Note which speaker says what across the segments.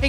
Speaker 1: Hey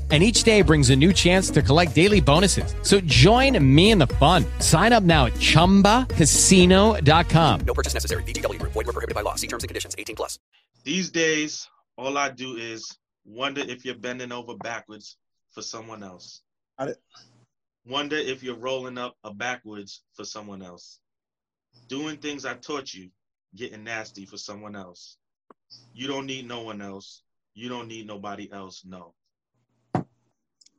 Speaker 1: and each day brings a new chance to collect daily bonuses. So join me in the fun. Sign up now at ChumbaCasino.com.
Speaker 2: No purchase necessary. VGW Group. Void were prohibited by law. See terms and conditions. 18 plus.
Speaker 3: These days, all I do is wonder if you're bending over backwards for someone else.
Speaker 4: Got it.
Speaker 3: Wonder if you're rolling up a backwards for someone else. Doing things I taught you, getting nasty for someone else. You don't need no one else. You don't need nobody else. No.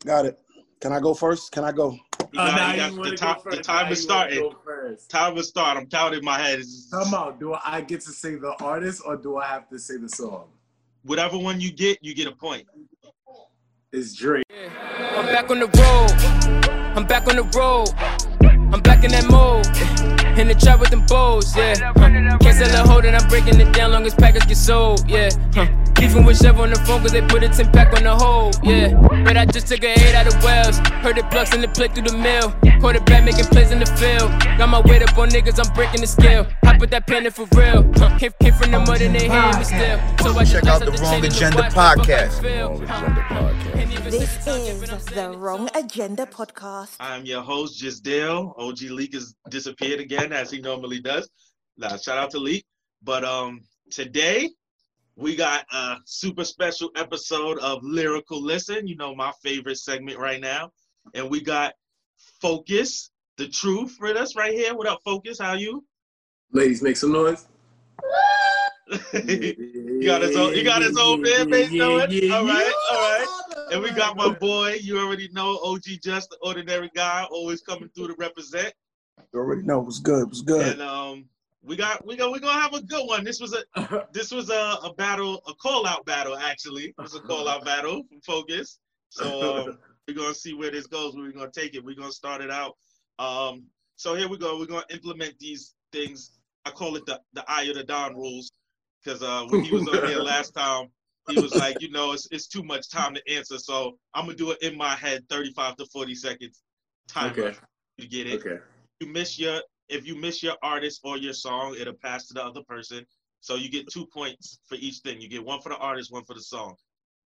Speaker 4: Got it. Can I go first? Can I go?
Speaker 3: You
Speaker 5: Oh,
Speaker 3: got-
Speaker 5: now
Speaker 3: you got-
Speaker 5: you want
Speaker 3: the,
Speaker 5: to
Speaker 3: time,
Speaker 5: go first.
Speaker 3: the time
Speaker 5: Now
Speaker 3: is
Speaker 5: you wanna
Speaker 3: starting.
Speaker 5: go first.
Speaker 3: Time is start. I'm counting my head.
Speaker 5: Come on, do I get to say the artist or do I have to say the song?
Speaker 3: Whatever one you get, you get a point.
Speaker 5: It's Drake.
Speaker 6: I'm back on the road. I'm back on the road. I'm back in that mode. In the trap with them bows, yeah. Huh. Cancel a hold and I'm breaking it down long as package get sold, yeah. Huh. Beefing with Chef on the phone cause they put a 10 pack on the hold, yeah. But I just took a 8 out of Wells. Heard it plucks in the play through the mill. Quarterback making plays in the field. Got my weight up on niggas, I'm breaking the scale. I put that pen in for real. Huh. Hit, hit from the mud and they hear me still. So I just
Speaker 7: Check out
Speaker 6: lost
Speaker 7: the Wrong
Speaker 6: chain and
Speaker 7: Agenda
Speaker 6: watch what the fuck I
Speaker 7: podcast.
Speaker 6: feel.
Speaker 7: Wrong
Speaker 6: Huh.
Speaker 7: Agenda podcast.
Speaker 6: And even
Speaker 8: This
Speaker 6: since I'm
Speaker 8: is
Speaker 6: giving, I'm
Speaker 8: the
Speaker 6: saying it's
Speaker 8: Wrong
Speaker 6: over.
Speaker 8: Agenda podcast.
Speaker 3: I'm your host, just Dale. OG Leak has disappeared again, as he normally does. Nah, shout out to Leak. But um, today we got a super special episode of Lyrical Listen. You know my favorite segment right now, and we got Focus, the truth with us right here. What up, Focus? How you?
Speaker 5: Ladies, make some noise.
Speaker 3: he got his own. He got his own man base doing. All right, all right. And we got my boy, you already know, OG Just, the ordinary guy, always coming through to represent.
Speaker 4: You already know. It was good. It was good.
Speaker 3: And um, we got we got we gonna have a good one. This was a this was a, a battle, a call out battle actually. It was a call out battle from Focus. So um, we're gonna see where this goes. We're gonna take it. We're gonna start it out. Um, so here we go. We're gonna implement these things. I call it the the eye of the Don rules because uh, when he was on here last time, he was like, you know, it's it's too much time to answer. So I'm gonna do it in my head, 35 to 40 seconds timer
Speaker 5: Okay.
Speaker 3: to get it
Speaker 5: Okay.
Speaker 3: you miss your if you miss your artist or your song, it'll pass to the other person. So you get two points for each thing. You get one for the artist, one for the song.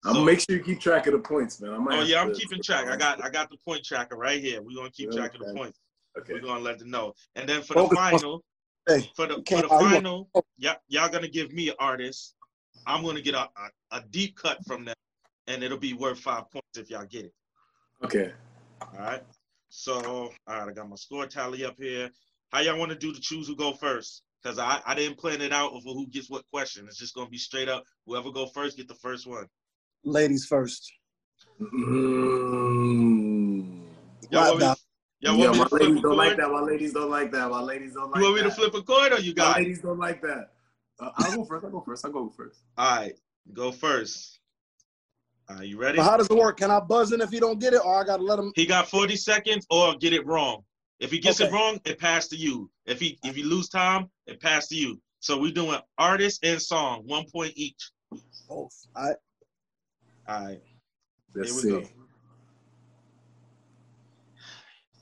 Speaker 5: I'm
Speaker 3: So-
Speaker 5: gonna make sure you keep track of the points, man. I might
Speaker 3: Oh
Speaker 5: have
Speaker 3: yeah, I'm
Speaker 5: to-
Speaker 3: keeping track. I got I got the point tracker right here. We're gonna keep
Speaker 5: Yeah,
Speaker 3: track of the
Speaker 5: okay.
Speaker 3: points. We're
Speaker 5: Okay.
Speaker 3: gonna let them know. And then for the
Speaker 4: Focus on-
Speaker 3: final,
Speaker 4: Hey,
Speaker 3: for the
Speaker 4: you
Speaker 3: for
Speaker 4: can't
Speaker 3: the
Speaker 4: argue.
Speaker 3: final, yeah, y'all gonna give me an artist. I'm gonna get a, a, a deep cut from them, and it'll be worth five points if y'all get it.
Speaker 5: Okay.
Speaker 3: All right. So, all right, I got my score tally up here. How y'all want to do to choose who go first? Because I, I didn't plan it out of who gets what question. It's just gonna be straight up. Whoever go first get the first one.
Speaker 4: ladies first.
Speaker 5: Mm.
Speaker 3: Y'all
Speaker 4: Right
Speaker 3: want me,
Speaker 4: now.
Speaker 3: y'all
Speaker 5: yeah,
Speaker 3: want me
Speaker 5: my
Speaker 3: to flip a
Speaker 5: ladies
Speaker 3: coin?
Speaker 5: don't like that. My ladies don't like that. My ladies don't like
Speaker 3: you want
Speaker 5: that.
Speaker 3: me to flip a coin or you
Speaker 5: My
Speaker 3: got? it?
Speaker 5: ladies don't like that. Uh, I'll go first. I'll go first. I'll go first.
Speaker 3: All right, go first. All right, you ready?
Speaker 4: But how does it work? Can I buzz in if you don't get it, or I gotta let him?
Speaker 3: He got 40 seconds or get it wrong. If he gets it
Speaker 4: Okay.
Speaker 3: wrong, it passed to you. If he if you lose time, it passed to you. So we doing artist and song, one point each.
Speaker 4: Oh, I,
Speaker 3: All right.
Speaker 5: Let's
Speaker 3: Here we
Speaker 5: see.
Speaker 3: go.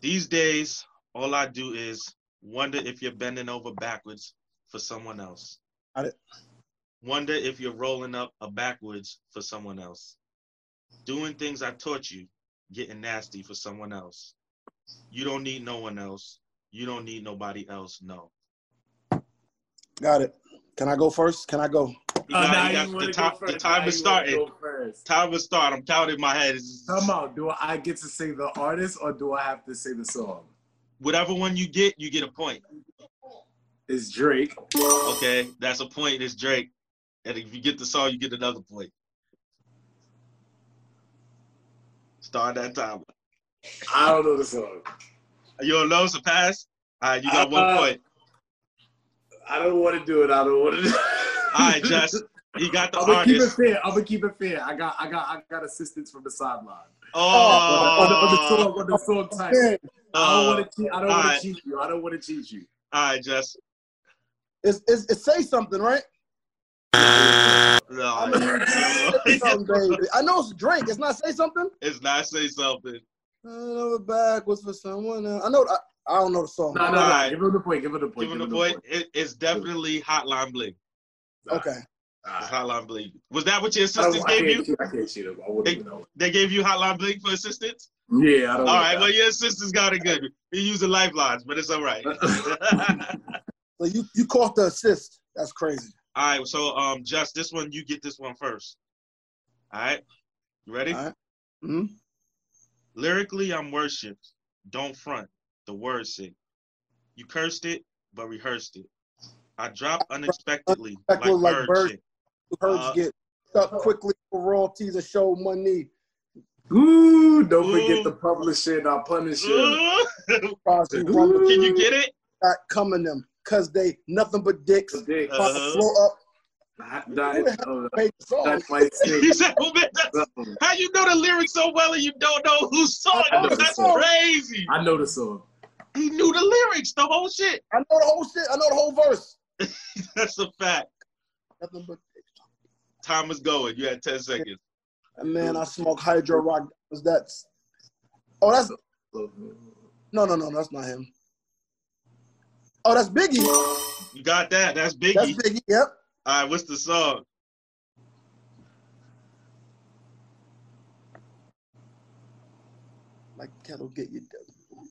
Speaker 3: These days, all I do is wonder if you're bending over backwards for someone else.
Speaker 4: Got it.
Speaker 3: Wonder if you're rolling up a backwards for someone else. Doing things I taught you, getting nasty for someone else. You don't need no one else. You don't need nobody else. No.
Speaker 4: got it. Can I go first? Can I go?
Speaker 3: You
Speaker 5: Oh,
Speaker 3: got-
Speaker 5: now
Speaker 3: you
Speaker 5: you
Speaker 3: got- the,
Speaker 5: wanna go
Speaker 3: time, the
Speaker 5: first.
Speaker 3: time
Speaker 5: Now
Speaker 3: is
Speaker 5: you wanna
Speaker 3: starting.
Speaker 5: go first.
Speaker 3: Time is starting. I'm counting my head.
Speaker 5: Come on, do I get to say the artist or do I have to say the song?
Speaker 3: Whatever one you get, you get a point.
Speaker 5: is Drake.
Speaker 3: Okay, that's a point. It's Drake, and if you get the song, you get another point. Start that timer.
Speaker 5: I don't know the song.
Speaker 3: You don't know, so pass. All right, you got one
Speaker 5: Uh,
Speaker 3: point.
Speaker 5: I don't want to do it. I don't want to. do it.
Speaker 3: All right, Just he got the
Speaker 5: I'm gonna keep it
Speaker 3: artist.
Speaker 5: fair. I'm gonna keep it fair. I got, I got, I got assistance from the sideline. Oh, on, the, on the
Speaker 3: Oh,
Speaker 5: song, on the song type.
Speaker 4: Hey,
Speaker 5: I don't
Speaker 3: uh,
Speaker 5: want to cheat. I don't
Speaker 3: all
Speaker 5: want
Speaker 3: right.
Speaker 5: to cheat you. I don't want to cheat you.
Speaker 3: all right, Just.
Speaker 4: It's, it's, it's say something, right?
Speaker 3: No,
Speaker 4: I'm gonna say something, baby. I know it's Drake. It's not say something.
Speaker 3: it's not say something.
Speaker 4: Another bag was for someone else. I know. I, I don't know the song.
Speaker 5: No, no,
Speaker 3: All
Speaker 5: no.
Speaker 3: right.
Speaker 5: Give him the point. Give him the point.
Speaker 3: Give him the point. It, it's definitely Hotline Bling.
Speaker 4: Okay.
Speaker 5: All
Speaker 3: It's
Speaker 5: right.
Speaker 3: Hotline Bling. Was that what your
Speaker 5: I,
Speaker 3: assistants
Speaker 5: don't,
Speaker 3: gave
Speaker 5: I, can't
Speaker 3: you?
Speaker 5: cheat, I can't cheat him. I wouldn't even know.
Speaker 3: They gave you Hotline Bling for assistance?
Speaker 5: Yeah, I don't
Speaker 3: All
Speaker 5: want
Speaker 3: right,
Speaker 5: that.
Speaker 3: well, your assistants got it good. He used the lifelines, but it's all right.
Speaker 4: So you, you caught the assist. That's crazy.
Speaker 3: all right, so um, Just, this one, you get this one first. All right? You ready?
Speaker 4: All right.
Speaker 5: Mm-hmm.
Speaker 4: hmm
Speaker 3: Lyrically, I'm worshipped. Don't front. The word sick. You cursed it, but rehearsed it. I dropped unexpectedly, like
Speaker 4: Unexpectedly,
Speaker 3: bird,
Speaker 4: like bird
Speaker 3: shit.
Speaker 4: Herbs
Speaker 3: Uh,
Speaker 4: get stuck quickly for royalties and show money.
Speaker 5: Ooh, don't
Speaker 3: Ooh.
Speaker 5: forget the publisher and our punisher.
Speaker 3: Ooh.
Speaker 4: Crosby,
Speaker 5: Ooh.
Speaker 4: Rumble,
Speaker 3: Can you get it?
Speaker 4: not coming them because they nothing but dicks.
Speaker 5: Dick.
Speaker 3: Uh,
Speaker 4: About to blow up,
Speaker 5: that, oh,
Speaker 4: made the song.
Speaker 5: that might
Speaker 3: He
Speaker 5: say
Speaker 3: said, "Well, man, that's-
Speaker 5: something.
Speaker 3: How you know the lyrics so well and you don't know who song
Speaker 5: I know
Speaker 3: it was?
Speaker 5: the
Speaker 3: That's
Speaker 5: song.
Speaker 3: crazy.
Speaker 5: I know the song.
Speaker 3: He knew the lyrics, the whole shit.
Speaker 4: I know the whole shit. I know the whole verse.
Speaker 3: That's a fact.
Speaker 4: Nothing but
Speaker 3: Time is going. You had 10 seconds.
Speaker 4: and man, I smoke hydro rock. Was that? Oh, that's no, no, no, that's not him. Oh, that's Biggie.
Speaker 3: You got that. That's Biggie.
Speaker 4: That's Biggie. Yep.
Speaker 3: All right, what's the song?
Speaker 4: Like cattle get you. down.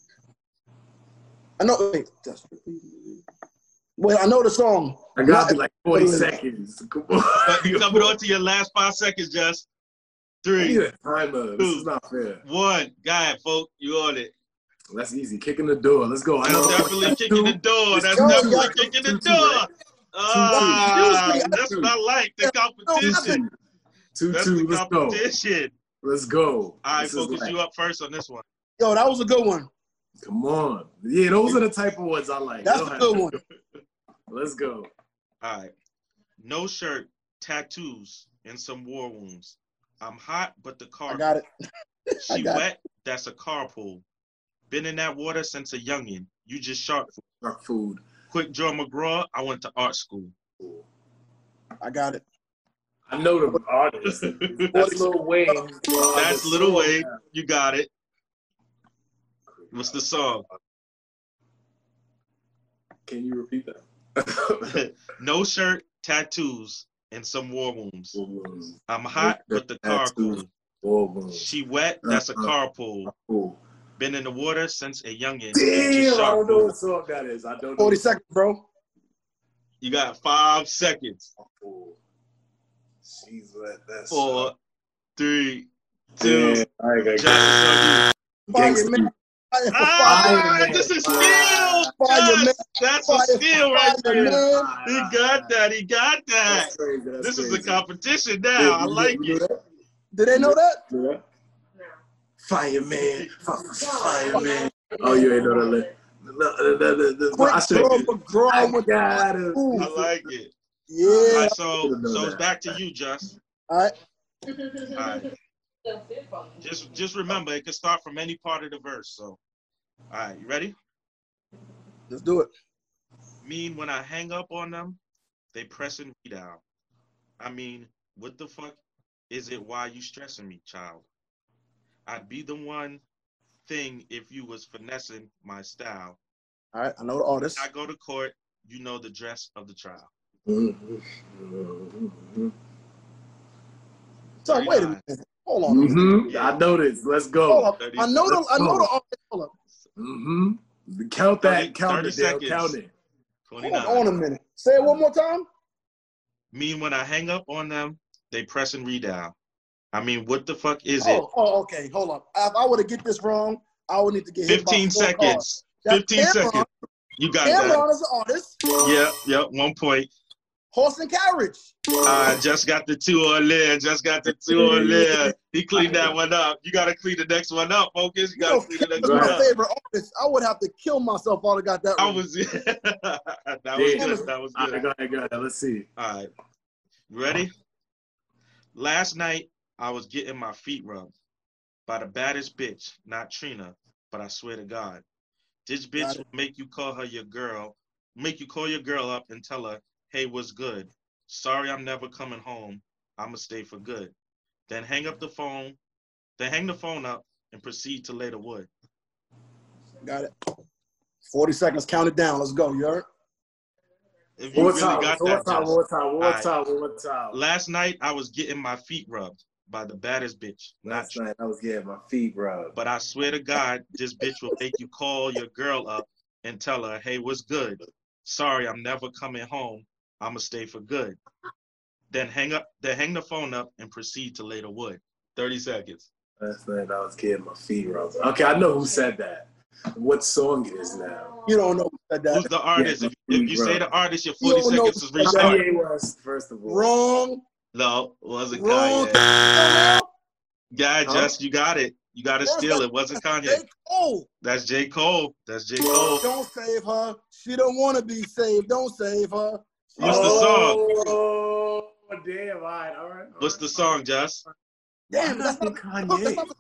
Speaker 4: I know. Wait, that's, wait, I know the song.
Speaker 5: I gotta be like 40
Speaker 4: Wait, wait.
Speaker 5: seconds. Come on.
Speaker 3: But you coming on to your last five seconds, Just.
Speaker 5: I need
Speaker 3: Three,
Speaker 5: a timer. This is not fair.
Speaker 3: one. Got it, folk. You on it.
Speaker 5: That's easy. Kicking the door. Let's go. I
Speaker 3: That's
Speaker 5: know.
Speaker 3: definitely kicking the door.
Speaker 5: It's
Speaker 3: That's
Speaker 4: going,
Speaker 3: definitely
Speaker 4: y'all.
Speaker 3: kicking the
Speaker 5: Two, two, right?
Speaker 3: door. Ah,
Speaker 4: Excuse me,
Speaker 3: that's what I like. The competition.
Speaker 5: Two, two,
Speaker 3: That's
Speaker 5: two.
Speaker 3: the
Speaker 5: Let's go.
Speaker 3: competition.
Speaker 5: Let's go.
Speaker 3: All right,
Speaker 5: This is
Speaker 3: focus
Speaker 5: like-
Speaker 3: you up first on this one.
Speaker 4: Yo, that was a good one.
Speaker 5: Come on. Yeah, those are the type of ones I like.
Speaker 4: That's
Speaker 5: Don't
Speaker 4: a
Speaker 5: have
Speaker 4: good
Speaker 5: to-
Speaker 4: one.
Speaker 5: Let's go.
Speaker 3: All right. No shirt, tattoos, and some war wounds. I'm hot, but the
Speaker 4: I
Speaker 3: car.
Speaker 4: got it. I
Speaker 3: she
Speaker 4: got it.
Speaker 3: wet. That's a carpool. Been in that water since a youngin. You just sharp.
Speaker 5: Fuck food.
Speaker 3: Quick Joe McGraw. I went to art school.
Speaker 4: I got it.
Speaker 5: I know the artist. That's Lil Wayne.
Speaker 3: That's Little Wayne. You got it. What's the song?
Speaker 5: Can you repeat that?
Speaker 3: no shirt, tattoos, and some war wounds. I'm hot, but the car
Speaker 5: Tattoos. Uh-huh.
Speaker 3: cool. She wet. That's a carpool. Been in the water since a youngin. You
Speaker 5: Damn,
Speaker 3: just
Speaker 5: I don't know
Speaker 3: sharp.
Speaker 5: what song that is. I don't know.
Speaker 4: 40 seconds, bro.
Speaker 3: You got five seconds.
Speaker 5: Fool. She's let that
Speaker 3: four,
Speaker 5: song-
Speaker 3: three, two.
Speaker 5: Yeah, I
Speaker 3: Justice
Speaker 5: ain't
Speaker 3: on you.
Speaker 4: Fire,
Speaker 5: got
Speaker 4: man. Fire,
Speaker 3: Ah,
Speaker 5: Fireman.
Speaker 3: this is steal.
Speaker 4: Fireman.
Speaker 3: Yes, that's a
Speaker 4: Fire-
Speaker 3: steal right
Speaker 4: Fireman.
Speaker 3: there. He got that. He got that.
Speaker 5: That's crazy. That's
Speaker 3: This is a
Speaker 5: crazy.
Speaker 3: competition now. I like
Speaker 5: You
Speaker 3: it.
Speaker 5: know that?
Speaker 4: Did they know that?
Speaker 5: You know that? Fireman, F- fireman. Oh, you ain't know that. li- No, no, no, no, no,
Speaker 4: Quick
Speaker 5: I
Speaker 4: draw,
Speaker 5: should.
Speaker 4: McGraw
Speaker 5: I
Speaker 4: with-
Speaker 5: got him.
Speaker 4: Ooh.
Speaker 3: I like it. All
Speaker 4: Yeah.
Speaker 3: right, so
Speaker 5: Should've known
Speaker 3: so it's
Speaker 5: that.
Speaker 3: back to you, Just.
Speaker 4: All right.
Speaker 3: All right. Just just remember, it can start from any part of the verse. So, all right, you ready?
Speaker 4: Let's do it.
Speaker 3: Mean when I hang up on them, they pressing me down. I mean, what the fuck is it why you stressing me, child? I'd be the one thing if you was finessing my style.
Speaker 4: All right. I know the artist.
Speaker 3: I go to court, you know the dress of the trial.
Speaker 4: Mm-hmm.
Speaker 5: Mhm.
Speaker 4: So, wait a minute. Hold on.
Speaker 5: Mhm. I know this. Let's
Speaker 4: Hold
Speaker 5: go.
Speaker 4: up. Oh, I know the I know the artist. Hold up.
Speaker 5: hmm Count that.
Speaker 3: 30
Speaker 5: Count it. Dale.
Speaker 3: seconds.
Speaker 5: Count it.
Speaker 4: Hold
Speaker 3: 29.
Speaker 4: on a minute. Say it one more time.
Speaker 3: Mean when I hang up on them, they press and redown. I mean, what the fuck is it?
Speaker 4: Oh, oh, okay. Hold up. If I were to get this wrong, I would need to get hit by
Speaker 3: 15
Speaker 4: four
Speaker 3: seconds.
Speaker 4: cards. That's
Speaker 3: 15
Speaker 4: Cameron.
Speaker 3: seconds. You got
Speaker 4: Cameron
Speaker 3: that.
Speaker 4: is an artist.
Speaker 3: Yep, yep. One point.
Speaker 4: Horse and carriage.
Speaker 3: I just got the two on there. Just got the two on there. He cleaned that one up. You gotta clean the next one up, focus. You
Speaker 4: You
Speaker 3: gotta
Speaker 4: know,
Speaker 3: clean the next
Speaker 4: Cameron's
Speaker 3: one
Speaker 4: my
Speaker 3: up.
Speaker 4: favorite artist. I would have to kill myself if I would've got that.
Speaker 3: I
Speaker 4: wrong.
Speaker 3: was that was good. That was
Speaker 5: All right,
Speaker 3: good.
Speaker 5: go ahead, go ahead. Let's see.
Speaker 3: All right. You ready? Last night I was getting my feet rubbed by the baddest bitch, not Trina, but I swear to God. This bitch
Speaker 4: Got
Speaker 3: will make you call her your girl, make you call your girl up and tell her, hey, what's good? Sorry I'm never coming home. I'ma stay for good. Then hang up the phone, then hang the phone up and proceed to lay the wood.
Speaker 4: Got it. 40 seconds. Count it down. Let's go. You heard?
Speaker 3: If you
Speaker 5: One more
Speaker 3: really
Speaker 5: time,
Speaker 3: got
Speaker 5: one more
Speaker 3: that,
Speaker 5: time,
Speaker 3: Jess.
Speaker 5: one more time, one
Speaker 3: All
Speaker 5: more
Speaker 3: right.
Speaker 5: time, one more time.
Speaker 3: Last night I was getting my feet rubbed by the baddest bitch. Not
Speaker 5: Last night I was getting my feet rubbed.
Speaker 3: but I swear to God, this bitch will make you call your girl up and tell her, hey, what's good? Sorry, I'm never coming home. I'ma stay for good. Then hang up, then hang the phone up and proceed to lay the wood. 30 seconds.
Speaker 5: Last night I was getting my feet rubbed. Okay, I know who said that. What song it is now?
Speaker 4: You don't know who said
Speaker 3: Who's
Speaker 4: that.
Speaker 3: the artist?
Speaker 5: yeah,
Speaker 3: if, if you say the artist, your 40
Speaker 4: You don't know
Speaker 3: seconds is
Speaker 4: who said that.
Speaker 3: restart.
Speaker 5: Kanye West, first of all.
Speaker 4: Wrong.
Speaker 3: No, it wasn't
Speaker 4: Wrong.
Speaker 3: Kanye.
Speaker 4: Kanye.
Speaker 3: Guy,
Speaker 5: Huh?
Speaker 3: just you got it. You gotta
Speaker 4: What's
Speaker 3: steal
Speaker 4: that?
Speaker 3: it. Wasn't Kanye.
Speaker 4: J. Cole.
Speaker 3: That's J. Cole. That's J. Cole.
Speaker 4: Don't save her. She don't want to be saved. Don't save her.
Speaker 3: What's the song?
Speaker 5: Oh, damn, all right, all right. all
Speaker 3: What's
Speaker 5: right.
Speaker 3: the song, Just?
Speaker 4: Damn,
Speaker 5: Why
Speaker 4: that's
Speaker 5: not
Speaker 4: not
Speaker 5: Kanye.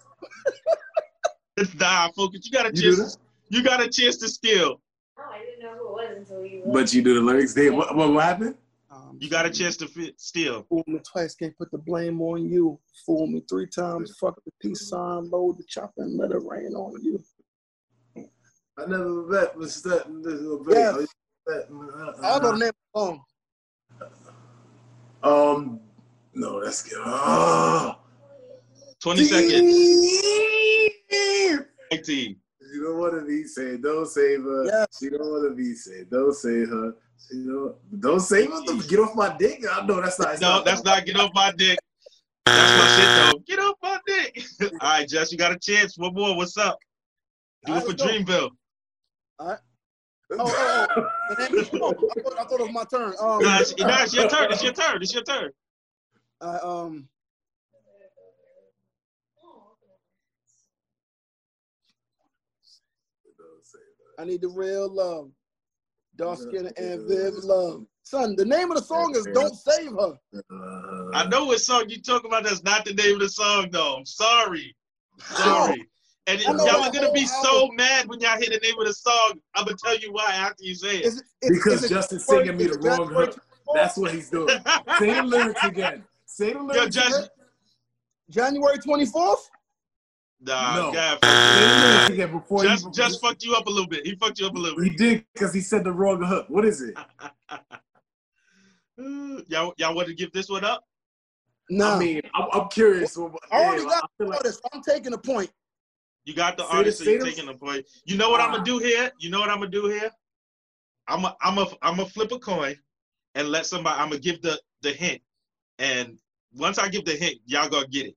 Speaker 3: Nah, focus. You got a
Speaker 5: You do
Speaker 3: chance. You got a chance to steal.
Speaker 5: But you do the lyrics. Damn, what, what, what happened?
Speaker 4: Um,
Speaker 3: You got a chance to fit, steal.
Speaker 4: Fool me twice, can't put the blame on you. Fool me three times, fuck the peace sign, load the chopper, and let it rain on you.
Speaker 5: I never bet was that little
Speaker 4: Yeah.
Speaker 5: bit. uh, Ah.
Speaker 4: I
Speaker 5: uh-huh.
Speaker 4: don't know the name of the song.
Speaker 5: Um, no, that's good. Oh.
Speaker 3: 20 seconds.
Speaker 5: You
Speaker 3: 19.
Speaker 5: don't want to be saved. Don't save her.
Speaker 4: Yes.
Speaker 5: She don't want to be saved. Don't save her. She don't. Don't save her. Get off my dick. I know that's not. it's
Speaker 3: No, that's not get off my dick. That's my shit though. Get off my dick. All right, Jess, you got a chance. One more. What's up? Do
Speaker 4: I
Speaker 3: it for
Speaker 4: don't know.
Speaker 3: Dreamville.
Speaker 4: Oh, oh, oh. The name of the song. I thought, I thought it was my turn. Um,
Speaker 3: Nah, it's, nah, it's your turn. It's your turn. It's your turn.
Speaker 4: I, um,
Speaker 5: Don't save her.
Speaker 4: I need the real love. Dark skin and vivid love. Son, the name of the song is Don't Save Her.
Speaker 5: Uh,
Speaker 3: I know what song you talking about. That's not the name of the song though. I'm sorry. Sorry. And
Speaker 4: I know
Speaker 3: y'all are
Speaker 4: that
Speaker 3: gonna be
Speaker 4: whole
Speaker 3: so mad when y'all hear the name of the song. I'm gonna tell you why after you say it.
Speaker 4: Is it- is-
Speaker 5: Because
Speaker 4: is it
Speaker 5: Justin's singing me the
Speaker 4: Jack
Speaker 5: wrong
Speaker 4: Bird?
Speaker 5: hook. That's what he's doing. Say the lyrics again. Say the lyrics.
Speaker 3: Yo, Jess.
Speaker 5: again.
Speaker 4: January 24th?
Speaker 3: Nah,
Speaker 5: No.
Speaker 3: God,
Speaker 5: Say the lyrics
Speaker 3: fuck you.
Speaker 5: again before
Speaker 3: Just,
Speaker 5: he,
Speaker 3: just fucked you up a little bit. He fucked you up a little bit.
Speaker 5: He did because he said the wrong hook. What is it?
Speaker 3: Mm, y'all, y'all want to give this one up?
Speaker 4: Nah.
Speaker 5: I mean, I'm, I'm curious.
Speaker 4: I already
Speaker 5: Damn,
Speaker 4: got
Speaker 5: feel like-
Speaker 4: artist. I'm taking a point.
Speaker 3: You got the
Speaker 5: Say the-
Speaker 3: artist, so
Speaker 5: say
Speaker 3: you're
Speaker 5: the- Ah.
Speaker 3: taking the point. You know what I'm gonna do here? You know what I'm gonna do here? I'm a, I'm a, I'm gonna flip a coin, and let somebody. I'm gonna give the the hint, and once I give the hint, y'all gonna get it.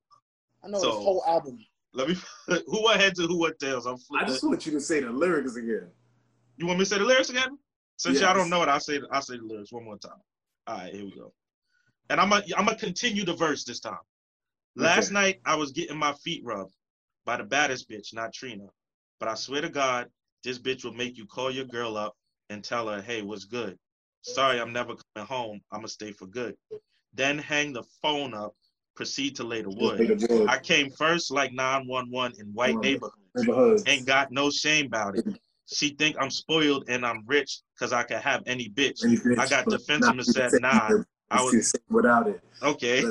Speaker 4: I know
Speaker 3: So-
Speaker 4: this whole album.
Speaker 3: Let me. who what heads and who what tails? I'm
Speaker 5: I
Speaker 3: flipping.
Speaker 5: just want you to say the lyrics again.
Speaker 3: You want me to say the lyrics again? Since
Speaker 5: Yes.
Speaker 3: y'all don't know it, I'll say I'll say the lyrics one more time. All right, here we go. And I'm gonna I'm gonna continue the verse this time. Last
Speaker 5: Okay.
Speaker 3: night I was getting my feet rubbed by the baddest bitch, not Trina. But I swear to God, this bitch will make you call your girl up and tell her, "Hey, what's good? Sorry, I'm never coming home. I'm gonna stay for good." Then hang the phone up. Proceed to lay the wood. I came first like 911 in white
Speaker 5: Love it.
Speaker 3: neighborhoods
Speaker 5: Neighborhoods.
Speaker 3: ain't got no shame about it. She think I'm spoiled and I'm rich because I can have any bitch.
Speaker 5: Any bitch,
Speaker 3: I got
Speaker 5: but
Speaker 3: defensive and
Speaker 5: not
Speaker 3: said,
Speaker 5: defensive.
Speaker 3: nah, I was-
Speaker 5: Just without it.
Speaker 3: Okay.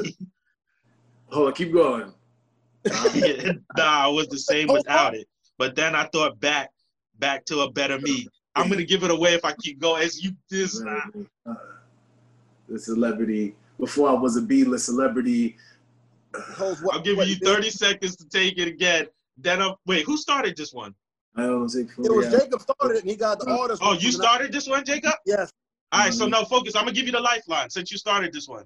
Speaker 5: Hold on, keep going.
Speaker 3: nah, I was the same without it. But then I thought back, back to a better me. I'm gonna give it away if I keep going. As you this
Speaker 5: Uh, The celebrity. Before I was a B-list celebrity.
Speaker 4: Hoes, what-
Speaker 3: I'll give
Speaker 4: what
Speaker 3: you
Speaker 4: it is.
Speaker 3: 30 seconds to take it again. Then I'm wait, who started this one?
Speaker 5: I don't think
Speaker 4: It was Jacob started it and he got the artist.
Speaker 3: Oh, you started this one, Jacob?
Speaker 4: Yes.
Speaker 3: Alright, so no focus. I'm gonna give you the lifeline since you started this one.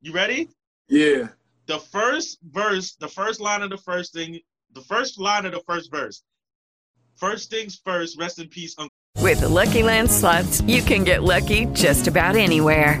Speaker 3: You ready?
Speaker 5: Yeah.
Speaker 3: the first verse, the first line of the first thing, the first line of the first verse. First things first, rest in peace, Uncle.
Speaker 9: With the Lucky Land slots, you can get lucky just about anywhere.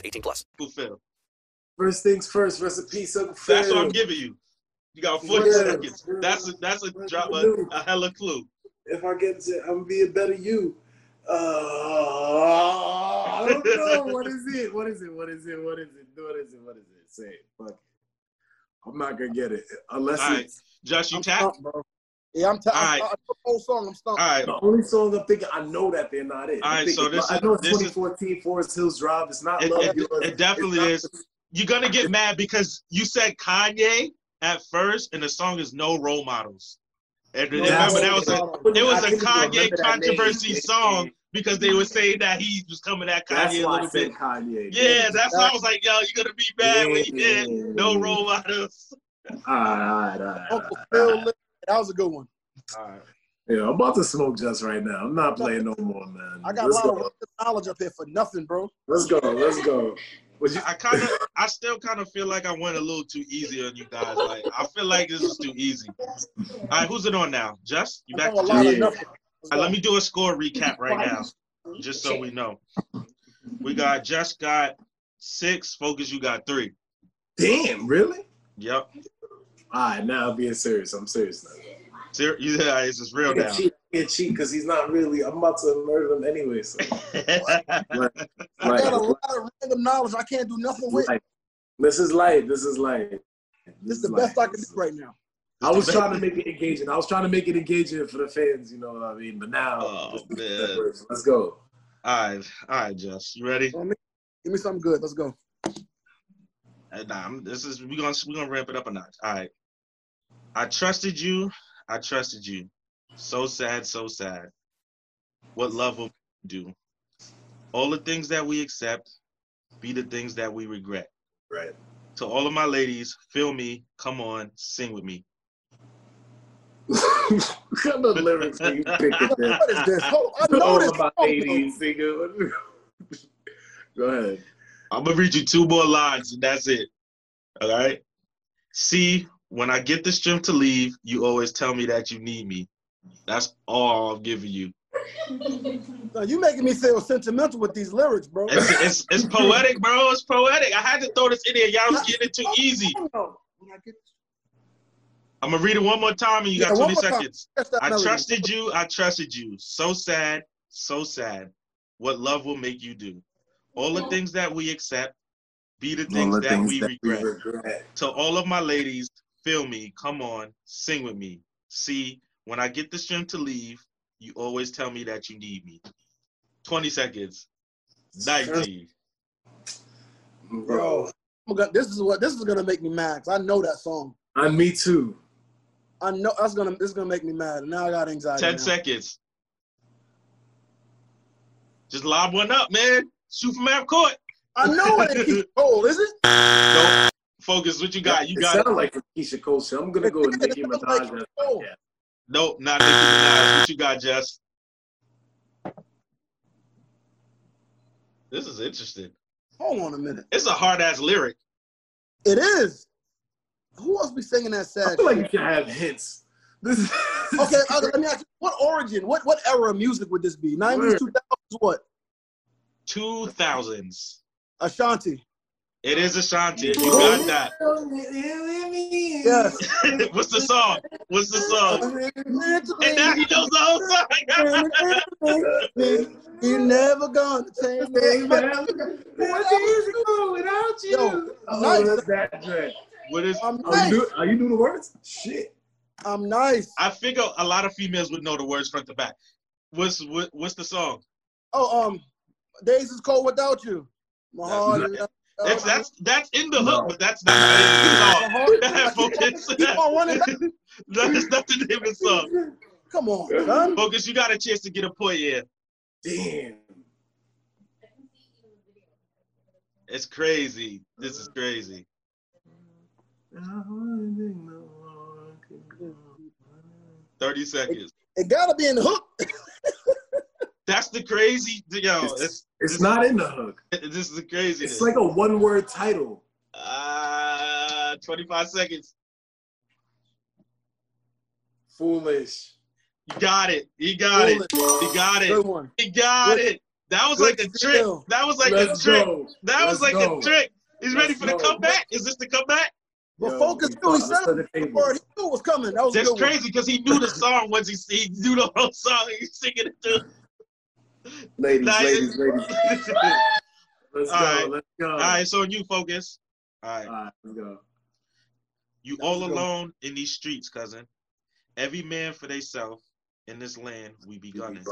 Speaker 2: 18 plus.
Speaker 3: fulfill.
Speaker 5: First things first, recipe, so
Speaker 3: That's what I'm giving you. You got 40
Speaker 5: Yeah.
Speaker 3: seconds. That's a, that's a drop a, a hella clue.
Speaker 5: If I get to, I'm gonna be a better you. Uh, I don't know. what is it? What is it? What is it? What is it? What is it? What is it? Say it. Fuck it. I'm not gonna get it unless
Speaker 3: All right.
Speaker 5: it's
Speaker 3: Josh, you
Speaker 4: I'm
Speaker 3: tap? All
Speaker 4: stumped, bro. Yeah, I'm tapped.
Speaker 3: Alright.
Speaker 4: The whole song, I'm stumped.
Speaker 3: right.
Speaker 5: the only song I'm thinking. I know that they're not it.
Speaker 3: All right,
Speaker 5: I'm thinking-
Speaker 3: so this
Speaker 5: I
Speaker 3: is-
Speaker 5: know it's
Speaker 3: this is-
Speaker 5: 2014 Forest Hills Drive. It's not
Speaker 3: It,
Speaker 5: love.
Speaker 3: it,
Speaker 5: Yours.
Speaker 3: it definitely
Speaker 5: It's
Speaker 3: is.
Speaker 5: not-
Speaker 3: You're gonna get mad because you said Kanye at first, and the song is "No Role Models." And remember that was a it was
Speaker 5: I
Speaker 3: a
Speaker 5: didn't remember
Speaker 3: Kanye
Speaker 5: that name.
Speaker 3: controversy song because they were saying that he was coming at
Speaker 5: That's
Speaker 3: Kanye a
Speaker 5: why I
Speaker 3: little
Speaker 5: said
Speaker 3: bit.
Speaker 5: Kanye.
Speaker 3: Yeah, that's why I was like, "Yo, you're gonna be mad when you
Speaker 5: Yeah.
Speaker 3: did no Oh, role models."
Speaker 5: All right, all right, all right, all
Speaker 4: Uncle
Speaker 5: right.
Speaker 4: Phil, Lip- that was a good one.
Speaker 5: Yeah, I'm about to smoke just right now. I'm not playing no more, man.
Speaker 4: I got
Speaker 5: Let's
Speaker 4: a lot
Speaker 5: go.
Speaker 4: of knowledge up here for nothing, bro.
Speaker 5: Let's go. Let's go. Would you?
Speaker 3: I kind of, I still kind of feel like I went a little too easy on you guys. Like, I feel like this is too easy. All right, who's it on now? Just you
Speaker 4: I
Speaker 3: back
Speaker 4: know a
Speaker 3: to
Speaker 4: lot
Speaker 3: Just?
Speaker 5: Yeah.
Speaker 4: of nothing.
Speaker 3: All right, let me do a score recap right now, just so we know. We got Just got six. Focus, you got three.
Speaker 5: Damn, really?
Speaker 3: Yep.
Speaker 5: All right, now I'm being serious. I'm serious now.
Speaker 3: Ser- yeah, it's just real
Speaker 5: I
Speaker 3: now.
Speaker 5: can't cheat. I can't cheat because he's not really. I'm about to murder him anyway. So.
Speaker 4: I
Speaker 5: Right,
Speaker 4: got a lot of random knowledge I can't do nothing with.
Speaker 5: right. This is life. This is life.
Speaker 4: This is the
Speaker 5: is life.
Speaker 4: best I can do right now.
Speaker 5: I was trying to make it engaging. I was trying to make it engaging for the fans. You know what I mean? But now,
Speaker 3: Oh,
Speaker 5: this is
Speaker 3: man.
Speaker 5: the first. let's go.
Speaker 3: all right, all right, Just you ready?
Speaker 4: Give me something good. Let's go.
Speaker 3: Uh, Nah, I'm- this is we're gonna we're gonna ramp it up a notch. All right. I trusted you. I trusted you. So sad, so sad. What love will do? All the things that we accept be the things that we regret.
Speaker 5: Right.
Speaker 3: To all of my ladies, feel me, come on, sing with me.
Speaker 5: what kind of lyrics are you picking there?
Speaker 4: What is this? Hold on. I know
Speaker 5: All
Speaker 4: this.
Speaker 5: of my
Speaker 4: song,
Speaker 5: ladies, nigga. Go ahead.
Speaker 3: I'm gonna read you two more lines and that's it. All right. See, when I get the strength to leave, you always tell me that you need me. That's all I'll give you.
Speaker 4: though. Now, you making me feel sentimental with these lyrics, bro.
Speaker 3: It's, it's, it's poetic, bro. It's poetic. I had to throw this in there. Y'all was getting it too easy. I'm gonna read it one more time, and you got
Speaker 4: Yeah,
Speaker 3: 20
Speaker 4: one more time.
Speaker 3: seconds.
Speaker 4: Catch that
Speaker 3: I
Speaker 4: melody.
Speaker 3: trusted you. I trusted you. So sad. So sad. What love will make you do? All the things that we accept be the things that we regret. To all of my ladies, feel me. Come on, sing with me. See, when I get the strength to leave, you always tell me that you need me. 20 seconds. 19.
Speaker 5: Bro,
Speaker 4: Bro, I'm gonna- this is what this is gonna make me mad. 'cause I know that song.
Speaker 5: and me too.
Speaker 4: I know that's gonna this is gonna make me mad. Now I got anxiety.
Speaker 3: 10
Speaker 4: now.
Speaker 3: seconds. Just lob one up, man. Shoot from half court.
Speaker 4: I know it ain't Keisha Cole, is it?
Speaker 3: Don't focus. What you got? You
Speaker 5: it
Speaker 3: got it.
Speaker 5: sound like a Keisha Cole. shit. I'm gonna go with Nicki
Speaker 4: It sounds
Speaker 5: Minaj.
Speaker 4: like Cole.
Speaker 5: Yeah.
Speaker 3: Nope, not Nicki Minaj. What you got, Jess? This is interesting.
Speaker 4: Hold on a minute.
Speaker 3: It's a hard ass lyric.
Speaker 4: It is. Who else be singing that
Speaker 5: I
Speaker 4: sad?
Speaker 5: feel
Speaker 4: shit?
Speaker 5: like you can have hints. This is
Speaker 4: okay, I- let me ask you, what origin? What what era of music would this be? Nineties,
Speaker 5: Word.
Speaker 4: two thousands, what?
Speaker 3: 2000s.
Speaker 4: Ashanti.
Speaker 3: It is Ashanti. You got that.
Speaker 4: Yes.
Speaker 3: What's the song? What's the song? And now he knows the whole song.
Speaker 4: you never gonna change me.
Speaker 5: without you?
Speaker 4: Yo,
Speaker 5: oh,
Speaker 4: nice.
Speaker 5: that's that dread.
Speaker 3: what is?
Speaker 4: I'm
Speaker 5: Are you,
Speaker 4: nice.
Speaker 5: do, are you doing the words? Shit.
Speaker 4: I'm nice.
Speaker 3: I figure a lot of females would know the words front to back. What's what, What's the song?
Speaker 4: Oh, um, days is cold without you. My
Speaker 3: That's
Speaker 4: heart
Speaker 3: nice.
Speaker 4: is- uh,
Speaker 3: That's that's that's in the hook,
Speaker 5: No.
Speaker 3: but that's not the name of the song.
Speaker 4: Uh-huh.
Speaker 3: Focus.
Speaker 4: Keep on running back.
Speaker 3: That is not the name of the song.
Speaker 4: Come on, son.
Speaker 3: Focus. You got a chance to get a point here.
Speaker 5: Damn.
Speaker 3: It's crazy. This is crazy. Thirty seconds.
Speaker 4: It gotta be in the hook.
Speaker 3: That's the crazy. Yo, it's,
Speaker 5: It's not in the hook.
Speaker 3: this is the craziness.
Speaker 5: It's like a one word title.
Speaker 3: Uh, 25 seconds.
Speaker 5: Foolish.
Speaker 3: You got it. He
Speaker 5: Oh
Speaker 3: got it. He got
Speaker 4: Good
Speaker 3: it.
Speaker 4: one.
Speaker 3: He got it. That was like a
Speaker 4: Good
Speaker 3: trick.
Speaker 4: skill.
Speaker 3: That was like a
Speaker 5: Let's
Speaker 3: trick.
Speaker 5: go.
Speaker 3: That was
Speaker 5: Let's
Speaker 3: like
Speaker 5: go.
Speaker 3: a trick. He's ready
Speaker 5: Let's
Speaker 3: for the
Speaker 5: go.
Speaker 3: comeback. Is this the comeback?
Speaker 4: But
Speaker 5: Yo,
Speaker 4: focus
Speaker 5: we
Speaker 4: too. He
Speaker 5: thought
Speaker 4: said
Speaker 5: this
Speaker 4: it
Speaker 5: was a
Speaker 4: before. He knew it was coming. That was a
Speaker 3: That's
Speaker 4: good one.
Speaker 3: crazy because he knew the song once he, he knew the whole song. He's singing it through.
Speaker 5: Ladies,
Speaker 3: Nice.
Speaker 5: ladies, ladies. Let's go.
Speaker 3: All right.
Speaker 5: Let's go.
Speaker 3: All right, so you focus. All right.
Speaker 5: All right, let's go.
Speaker 3: You all alone in these streets, cousin. Every man for theyself in this land we be gunning.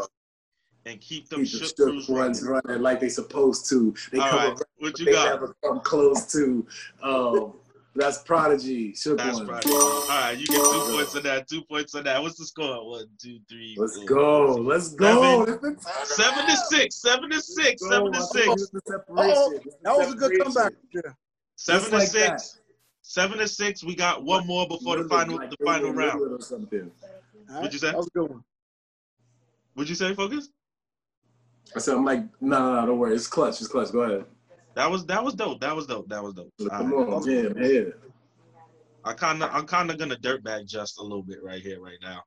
Speaker 3: And keep them
Speaker 5: Keep the
Speaker 3: shook
Speaker 5: strip
Speaker 3: crews
Speaker 5: runs
Speaker 3: running.
Speaker 5: running like they supposed to. They
Speaker 3: All
Speaker 5: come
Speaker 3: right,
Speaker 5: around,
Speaker 3: what
Speaker 5: but
Speaker 3: you
Speaker 5: they
Speaker 3: got?
Speaker 5: never come close to. Um, that's Prodigy. Shook
Speaker 3: That's
Speaker 5: one.
Speaker 3: right. All right, you get
Speaker 5: Uh,
Speaker 3: two points on that. Two points on that. What's the score? One, two, three.
Speaker 5: Let's
Speaker 3: four.
Speaker 5: go. Let's go.
Speaker 3: Seven to six. Seven to six.
Speaker 5: Go.
Speaker 3: Seven to six.
Speaker 5: It's the separation.
Speaker 4: Uh-oh.
Speaker 5: It's the
Speaker 4: Oh, That was a good
Speaker 5: separation.
Speaker 4: comeback. Yeah.
Speaker 3: Seven to
Speaker 5: like
Speaker 3: six. Seven to six. We got one more before the
Speaker 5: Lillard,
Speaker 3: final
Speaker 5: like
Speaker 3: the
Speaker 5: they
Speaker 3: final
Speaker 5: were
Speaker 3: round.
Speaker 5: Lillard or something.
Speaker 4: All
Speaker 3: What'd you say?
Speaker 4: That was a good one.
Speaker 3: Would you say focus?
Speaker 5: I said, I'm like, no, no, no, don't worry. It's clutch. It's clutch. Go ahead.
Speaker 3: That was that was dope. That was dope. That was dope. All
Speaker 5: Come
Speaker 3: right.
Speaker 5: on. Jam. Yeah.
Speaker 3: I kind of I'm kind of gonna dirtbag just a little bit right here right now.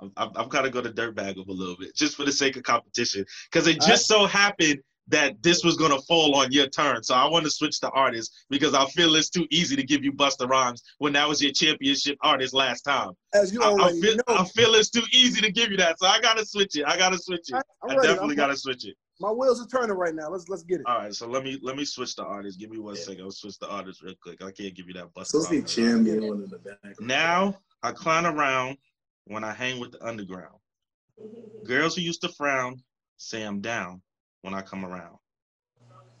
Speaker 3: I'm I'm, I'm kind of gonna dirtbag him a little bit just for the sake of competition because it just so happened that this was gonna fall on your turn. So I want to switch to artists because I feel it's too easy to give you Busta Rhymes when that was your championship artist last time.
Speaker 4: As you
Speaker 3: I, I
Speaker 4: already
Speaker 3: feel
Speaker 4: know.
Speaker 3: I feel it's too easy to give you that, so I gotta switch it. I gotta switch it.
Speaker 4: I-
Speaker 3: I,
Speaker 4: I'm ready.
Speaker 3: definitely
Speaker 4: I'm-
Speaker 3: gotta switch it.
Speaker 4: My wheels are turning right now. Let's let's get it.
Speaker 3: All right, so let me let me switch the artists. Give me one second. I'll switch the artists real quick. I can't give you that
Speaker 5: It's
Speaker 3: bust.
Speaker 5: supposed to be jam getting one in the back.
Speaker 3: Now I clown around when I hang with the underground. Girls who used to frown say I'm down when I come around.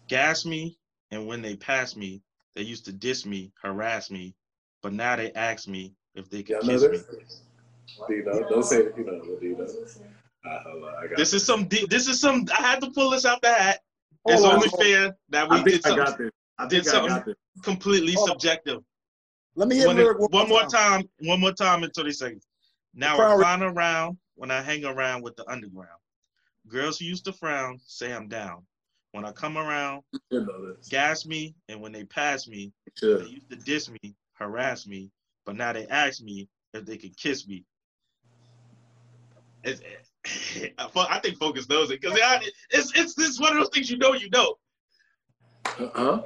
Speaker 3: Gas me, and when they pass me, they used to diss me, harass me, but now they ask me if they
Speaker 5: Y'all
Speaker 3: could
Speaker 5: know
Speaker 3: kiss me.
Speaker 5: this? Dino, don't say it. You know, Dino. I, hold on, I got
Speaker 3: This is some. de- This is some. I had to pull this out the hat.
Speaker 4: Hold
Speaker 3: It's
Speaker 4: on,
Speaker 3: only
Speaker 4: hold on.
Speaker 3: fair that we
Speaker 5: I
Speaker 3: did
Speaker 5: think I
Speaker 3: something
Speaker 5: got this. I
Speaker 3: did
Speaker 5: think I got this.
Speaker 3: completely
Speaker 4: Hold on.
Speaker 3: subjective.
Speaker 4: Let me hear
Speaker 3: One,
Speaker 4: the lyric
Speaker 3: one more time. One more time in 30 seconds. Now I
Speaker 4: Priority.
Speaker 3: clown around when I hang around with the underground. Girls who used to frown say I'm down. When I come around,
Speaker 5: You know this.
Speaker 3: gas me, and when they pass me, they
Speaker 5: Sure.
Speaker 3: used to diss me, harass me, but now they ask me if they could kiss me. It's, I fo- I think Focus knows it because it's, it's it's one of those things you know you know.
Speaker 5: Uh-huh.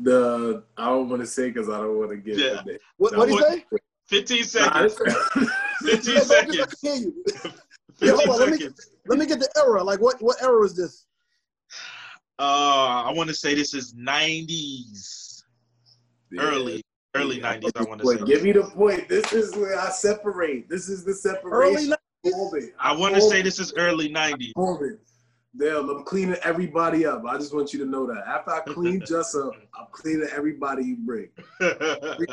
Speaker 5: The I don't want to say because I don't want to get
Speaker 3: Yeah.
Speaker 5: the name.
Speaker 4: What what he
Speaker 3: One-
Speaker 4: say?
Speaker 3: 15
Speaker 5: Nah,
Speaker 3: seconds. 15
Speaker 4: Yo, focus, I
Speaker 3: seconds.
Speaker 4: can hear you.
Speaker 3: 15
Speaker 4: Yo, hold on, let me-
Speaker 3: seconds.
Speaker 4: Let me get the error. Like what what error is this?
Speaker 3: Uh, I want to say this is 90s, early, early 90s. I want to
Speaker 5: Wait,
Speaker 3: say.
Speaker 5: give me the point. This is where I separate. This is the
Speaker 4: Early
Speaker 5: separation.
Speaker 4: night.
Speaker 5: Hold it.
Speaker 3: I want to say this is early 90s.
Speaker 5: Hold it. Damn, I'm cleaning everybody up. I just want you to know that. After I clean Jess up, I'm cleaning everybody you bring.
Speaker 3: All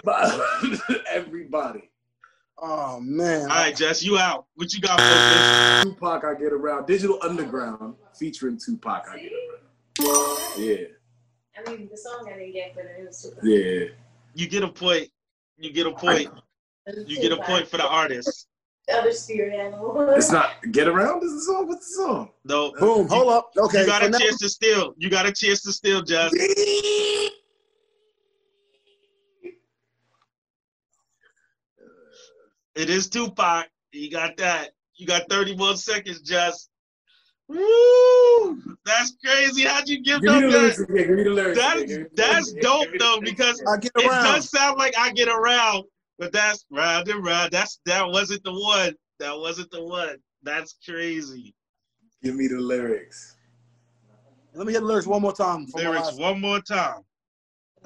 Speaker 5: Everybody. everybody.
Speaker 4: Oh man.
Speaker 3: right, Jess, you out. What you got, Focus?
Speaker 5: Tupac, I get around. Digital Underground featuring Tupac, I get around. Yeah,
Speaker 7: I mean, the song I didn't get, but it was super.
Speaker 5: yeah.
Speaker 3: You get a point. You get a point. You get a point for the artist.
Speaker 7: The other spirit animal.
Speaker 5: It's not Get Around is the song. What's the song?
Speaker 3: No,
Speaker 4: Boom. Hold up. Okay.
Speaker 3: you got
Speaker 4: so
Speaker 3: a
Speaker 4: now-
Speaker 3: chance to steal. You got a chance to steal, Jess. It is Tupac. You got that. You got 31 seconds, Jess. Woo! That's crazy. How'd you give
Speaker 5: Give me
Speaker 3: them
Speaker 5: the lyrics
Speaker 3: that?
Speaker 5: again. Give me the lyrics.
Speaker 3: That's
Speaker 5: again, give me the lyrics
Speaker 3: that's
Speaker 5: again,
Speaker 3: dope
Speaker 5: give me the
Speaker 3: though
Speaker 5: lyrics
Speaker 3: because
Speaker 5: again.
Speaker 4: I get
Speaker 3: it
Speaker 4: around.
Speaker 3: does sound like I get around, but that's round and round. That's that wasn't the one. That wasn't the one. That's crazy.
Speaker 5: Give me the lyrics.
Speaker 4: Let me hear the lyrics one more time. for my
Speaker 3: Lyrics
Speaker 4: last-
Speaker 3: one more time.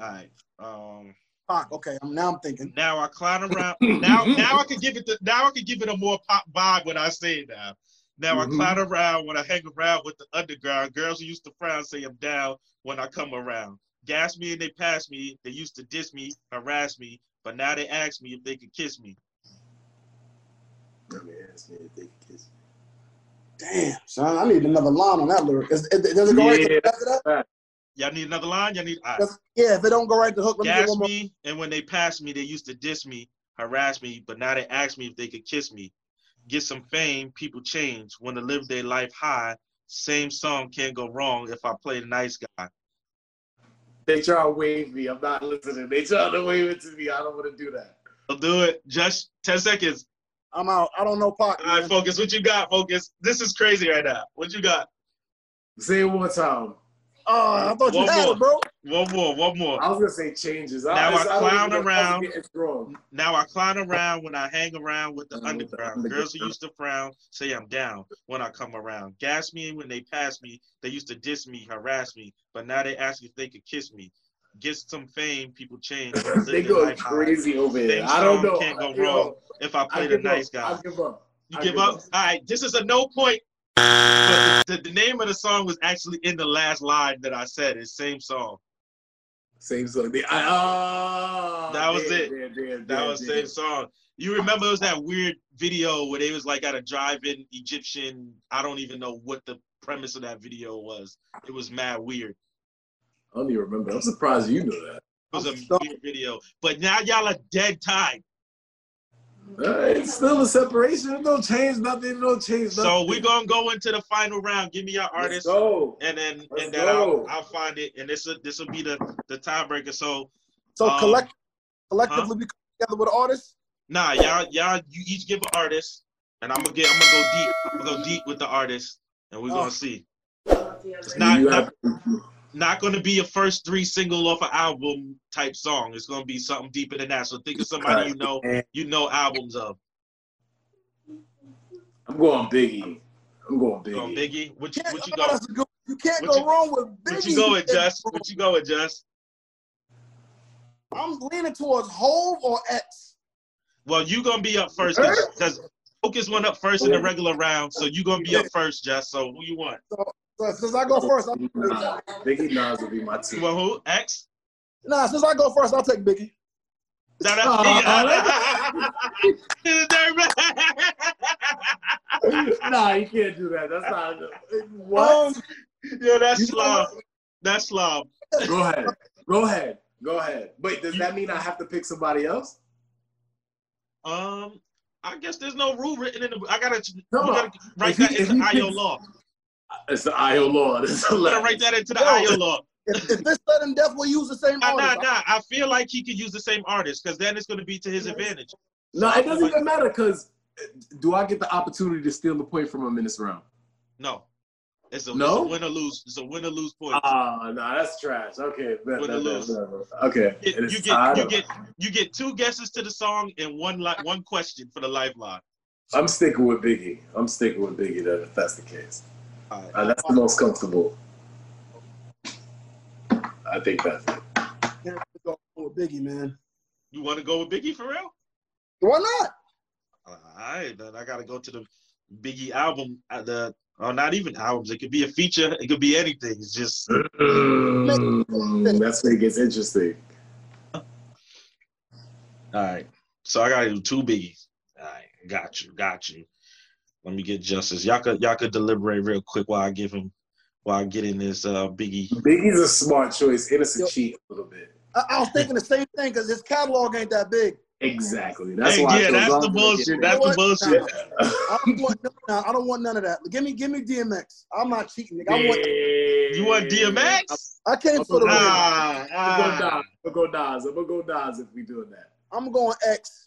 Speaker 3: All right. Um,
Speaker 4: Fuck, okay, I'm, now I'm thinking.
Speaker 3: now I climb around. Now now I can give it the now I can give it a more pop vibe when I say it now. Now
Speaker 5: Mhm.
Speaker 3: I climb around when I hang around with the underground. Girls who used to frown say I'm down when I come around. Gas me and they pass me. They used to diss me, harass me, but now they ask me if they could kiss me.
Speaker 5: Let me ask me if they can kiss.
Speaker 4: Damn, son, I need another line on that lyric. Is, is- does it go right
Speaker 5: Yeah.
Speaker 4: to, after that?
Speaker 3: Y'all need another line? Y'all need all right.
Speaker 4: Does- yeah, if it don't go right to hook, let me get
Speaker 3: gas
Speaker 4: one more.
Speaker 3: me, and when they pass me, they used to diss me, harass me, but now they ask me if they could kiss me. Get some fame, people change. Want to live their life high. Same song can't go wrong if I play the nice guy.
Speaker 5: They try to wave me. I'm not listening. They try to wave it to me. I don't want to do that.
Speaker 3: I'll do it. Just ten seconds.
Speaker 4: I'm out. I don't know Pac.
Speaker 3: All right,
Speaker 4: man.
Speaker 3: focus. What you got? Focus. This is crazy right now. What you got?
Speaker 5: Say it one time.
Speaker 4: Oh, I thought you
Speaker 3: One
Speaker 4: had
Speaker 3: more.
Speaker 4: it, bro.
Speaker 3: One more. One more.
Speaker 5: I was gonna say changes.
Speaker 3: Now
Speaker 5: just-
Speaker 3: I
Speaker 5: don't
Speaker 3: clown
Speaker 5: even know if
Speaker 3: around.
Speaker 5: I was getting wrong.
Speaker 3: Now I clown around when I hang around with the
Speaker 5: Around with the
Speaker 3: underground.
Speaker 5: underground.
Speaker 3: Girls who used to frown say I'm down when I come around. Gas me when they pass me. They used to diss me, harass me, but now they ask if they could kiss me. Get some fame, people change. live their
Speaker 5: they go
Speaker 3: life high.
Speaker 5: crazy over here.
Speaker 3: Same
Speaker 5: I don't
Speaker 3: song
Speaker 5: know.
Speaker 3: can't go
Speaker 5: You know,
Speaker 3: wrong. If I
Speaker 5: I
Speaker 3: play the
Speaker 5: give up.
Speaker 3: nice guy,
Speaker 5: I give up.
Speaker 3: you
Speaker 5: I
Speaker 3: give up. All right, this is a no point. But the, the, the name of the song was actually in the last line that I said. It's same song.
Speaker 5: Same song. They, I, oh,
Speaker 3: That was
Speaker 5: damn,
Speaker 3: it.
Speaker 5: damn, damn,
Speaker 3: That
Speaker 5: damn,
Speaker 3: was
Speaker 5: damn.
Speaker 3: same song. You remember it was that weird video where they was like at a drive-in Egyptian. I don't even know what the premise of that video was. It was mad weird.
Speaker 5: I don't even remember. I'm surprised you knew that.
Speaker 3: It was a
Speaker 4: I'm so-
Speaker 3: weird video. But now y'all are dead tied.
Speaker 5: Uh, it's still a separation. It don't change nothing. It don't change nothing.
Speaker 3: So we're gonna go into the final round. Give me your artist,
Speaker 5: So
Speaker 3: and then
Speaker 5: Let's
Speaker 3: and then I'll,
Speaker 5: go.
Speaker 3: I'll find it. And this will this will be the the tiebreaker. So
Speaker 4: So
Speaker 3: Um,
Speaker 4: collect, collectively we come together with artists.
Speaker 3: Nah, y'all, y'all, you each give an artist, and I'm gonna get, I'm gonna go deep, I'm gonna go deep with the artist, and we're
Speaker 4: Oh.
Speaker 3: gonna see.
Speaker 7: It's
Speaker 3: not-
Speaker 5: you
Speaker 3: not-
Speaker 5: have-
Speaker 3: Not gonna be a first three single off an album type song. It's gonna be something deeper than that. So think of somebody you know, you know albums of.
Speaker 5: I'm going Biggie. I'm going
Speaker 3: You
Speaker 5: Biggie.
Speaker 3: know, Biggie, what you,
Speaker 4: Can't-
Speaker 3: what you
Speaker 4: oh,
Speaker 3: go,
Speaker 4: that's a good- you can't
Speaker 3: What
Speaker 4: go
Speaker 3: you-
Speaker 4: wrong with Biggie.
Speaker 3: what you go with, Just? What you go with, Just?
Speaker 4: I'm leaning towards Hove or X.
Speaker 3: Well, you gonna be up first because Focus went up first in the regular round, so you gonna be up first, Just. So who you want?
Speaker 4: So since I go first, I'm,
Speaker 5: Nah, Biggie Nas will be my
Speaker 3: You
Speaker 5: two.
Speaker 3: want who? X?
Speaker 4: nah. Since I go first, I'll take Biggie.
Speaker 3: Nah, that's
Speaker 5: nah, you can't do that. That's not.
Speaker 4: Um,
Speaker 5: What?
Speaker 3: Yo, that's
Speaker 5: You know
Speaker 3: slob. That's slob.
Speaker 5: Go ahead. Go ahead. Go ahead. Wait, does that mean I have to pick somebody else?
Speaker 3: Um, I guess there's no rule written in the. I gotta, we
Speaker 5: No.
Speaker 3: gotta write
Speaker 5: If you-
Speaker 3: that into
Speaker 5: if you
Speaker 3: IO
Speaker 5: pick-
Speaker 3: law.
Speaker 5: It's the IO law. It's the
Speaker 3: We gotta
Speaker 5: law.
Speaker 3: write that into the
Speaker 4: No.
Speaker 3: IO law.
Speaker 4: If, if this sudden death, we use the same
Speaker 3: Nah, nah,
Speaker 4: artist.
Speaker 3: nah. I feel like he could use the same artist because then it's gonna be to his advantage.
Speaker 5: No, it doesn't even matter because do I get the opportunity to steal the point from him in this round?
Speaker 3: No, it's a,
Speaker 5: No?
Speaker 3: it's a win or lose. It's a win or lose point.
Speaker 5: Ah, no, that's trash. Okay, bet,
Speaker 3: With the
Speaker 5: bet, bet,
Speaker 3: lose.
Speaker 5: bet, bet. okay.
Speaker 3: It-
Speaker 5: and it's
Speaker 3: you get,
Speaker 5: tied
Speaker 3: you
Speaker 5: up.
Speaker 3: get, you get two guesses to the song and one li- one question for the lifeline.
Speaker 5: I'm sticking with Biggie. I'm sticking with Biggie. Then, if that's the case,
Speaker 3: All right.
Speaker 5: Uh, that's the most comfortable. I think that's it.
Speaker 4: Can't go wrong with Biggie, man.
Speaker 3: You want to go with Biggie for real?
Speaker 4: Why not?
Speaker 3: All right, then I gotta go to the Biggie album. uh, The or not even albums. It could be a feature. It could be anything. It's just
Speaker 5: Mm, that's when it gets interesting.
Speaker 3: all right. So I gotta do two Biggies. All right, got you, got you. Let me get justice. Y'all could y'all could deliberate real quick while I give him while I get in this uh Biggie.
Speaker 5: Biggie's a smart choice. Innocent
Speaker 4: Yo.
Speaker 5: cheat a little bit.
Speaker 4: I, I was thinking the same thing because his catalog ain't that big.
Speaker 5: Exactly. That's
Speaker 3: Hey,
Speaker 5: why. I
Speaker 3: yeah,
Speaker 5: chose
Speaker 3: that's the
Speaker 5: Andre.
Speaker 3: bullshit. That's
Speaker 4: You
Speaker 3: the
Speaker 4: know what?
Speaker 3: bullshit.
Speaker 4: I don't want none, nah, I don't want none of that. Give me, give me DMX. I'm not cheating. Nigga. I want.
Speaker 3: You want DMX?
Speaker 4: I came for the win.
Speaker 3: Ah,
Speaker 5: I'm gonna go
Speaker 3: ah.
Speaker 5: Nas. I'm gonna go Nas. I'm gonna go Nas if we doing that.
Speaker 4: I'm going X.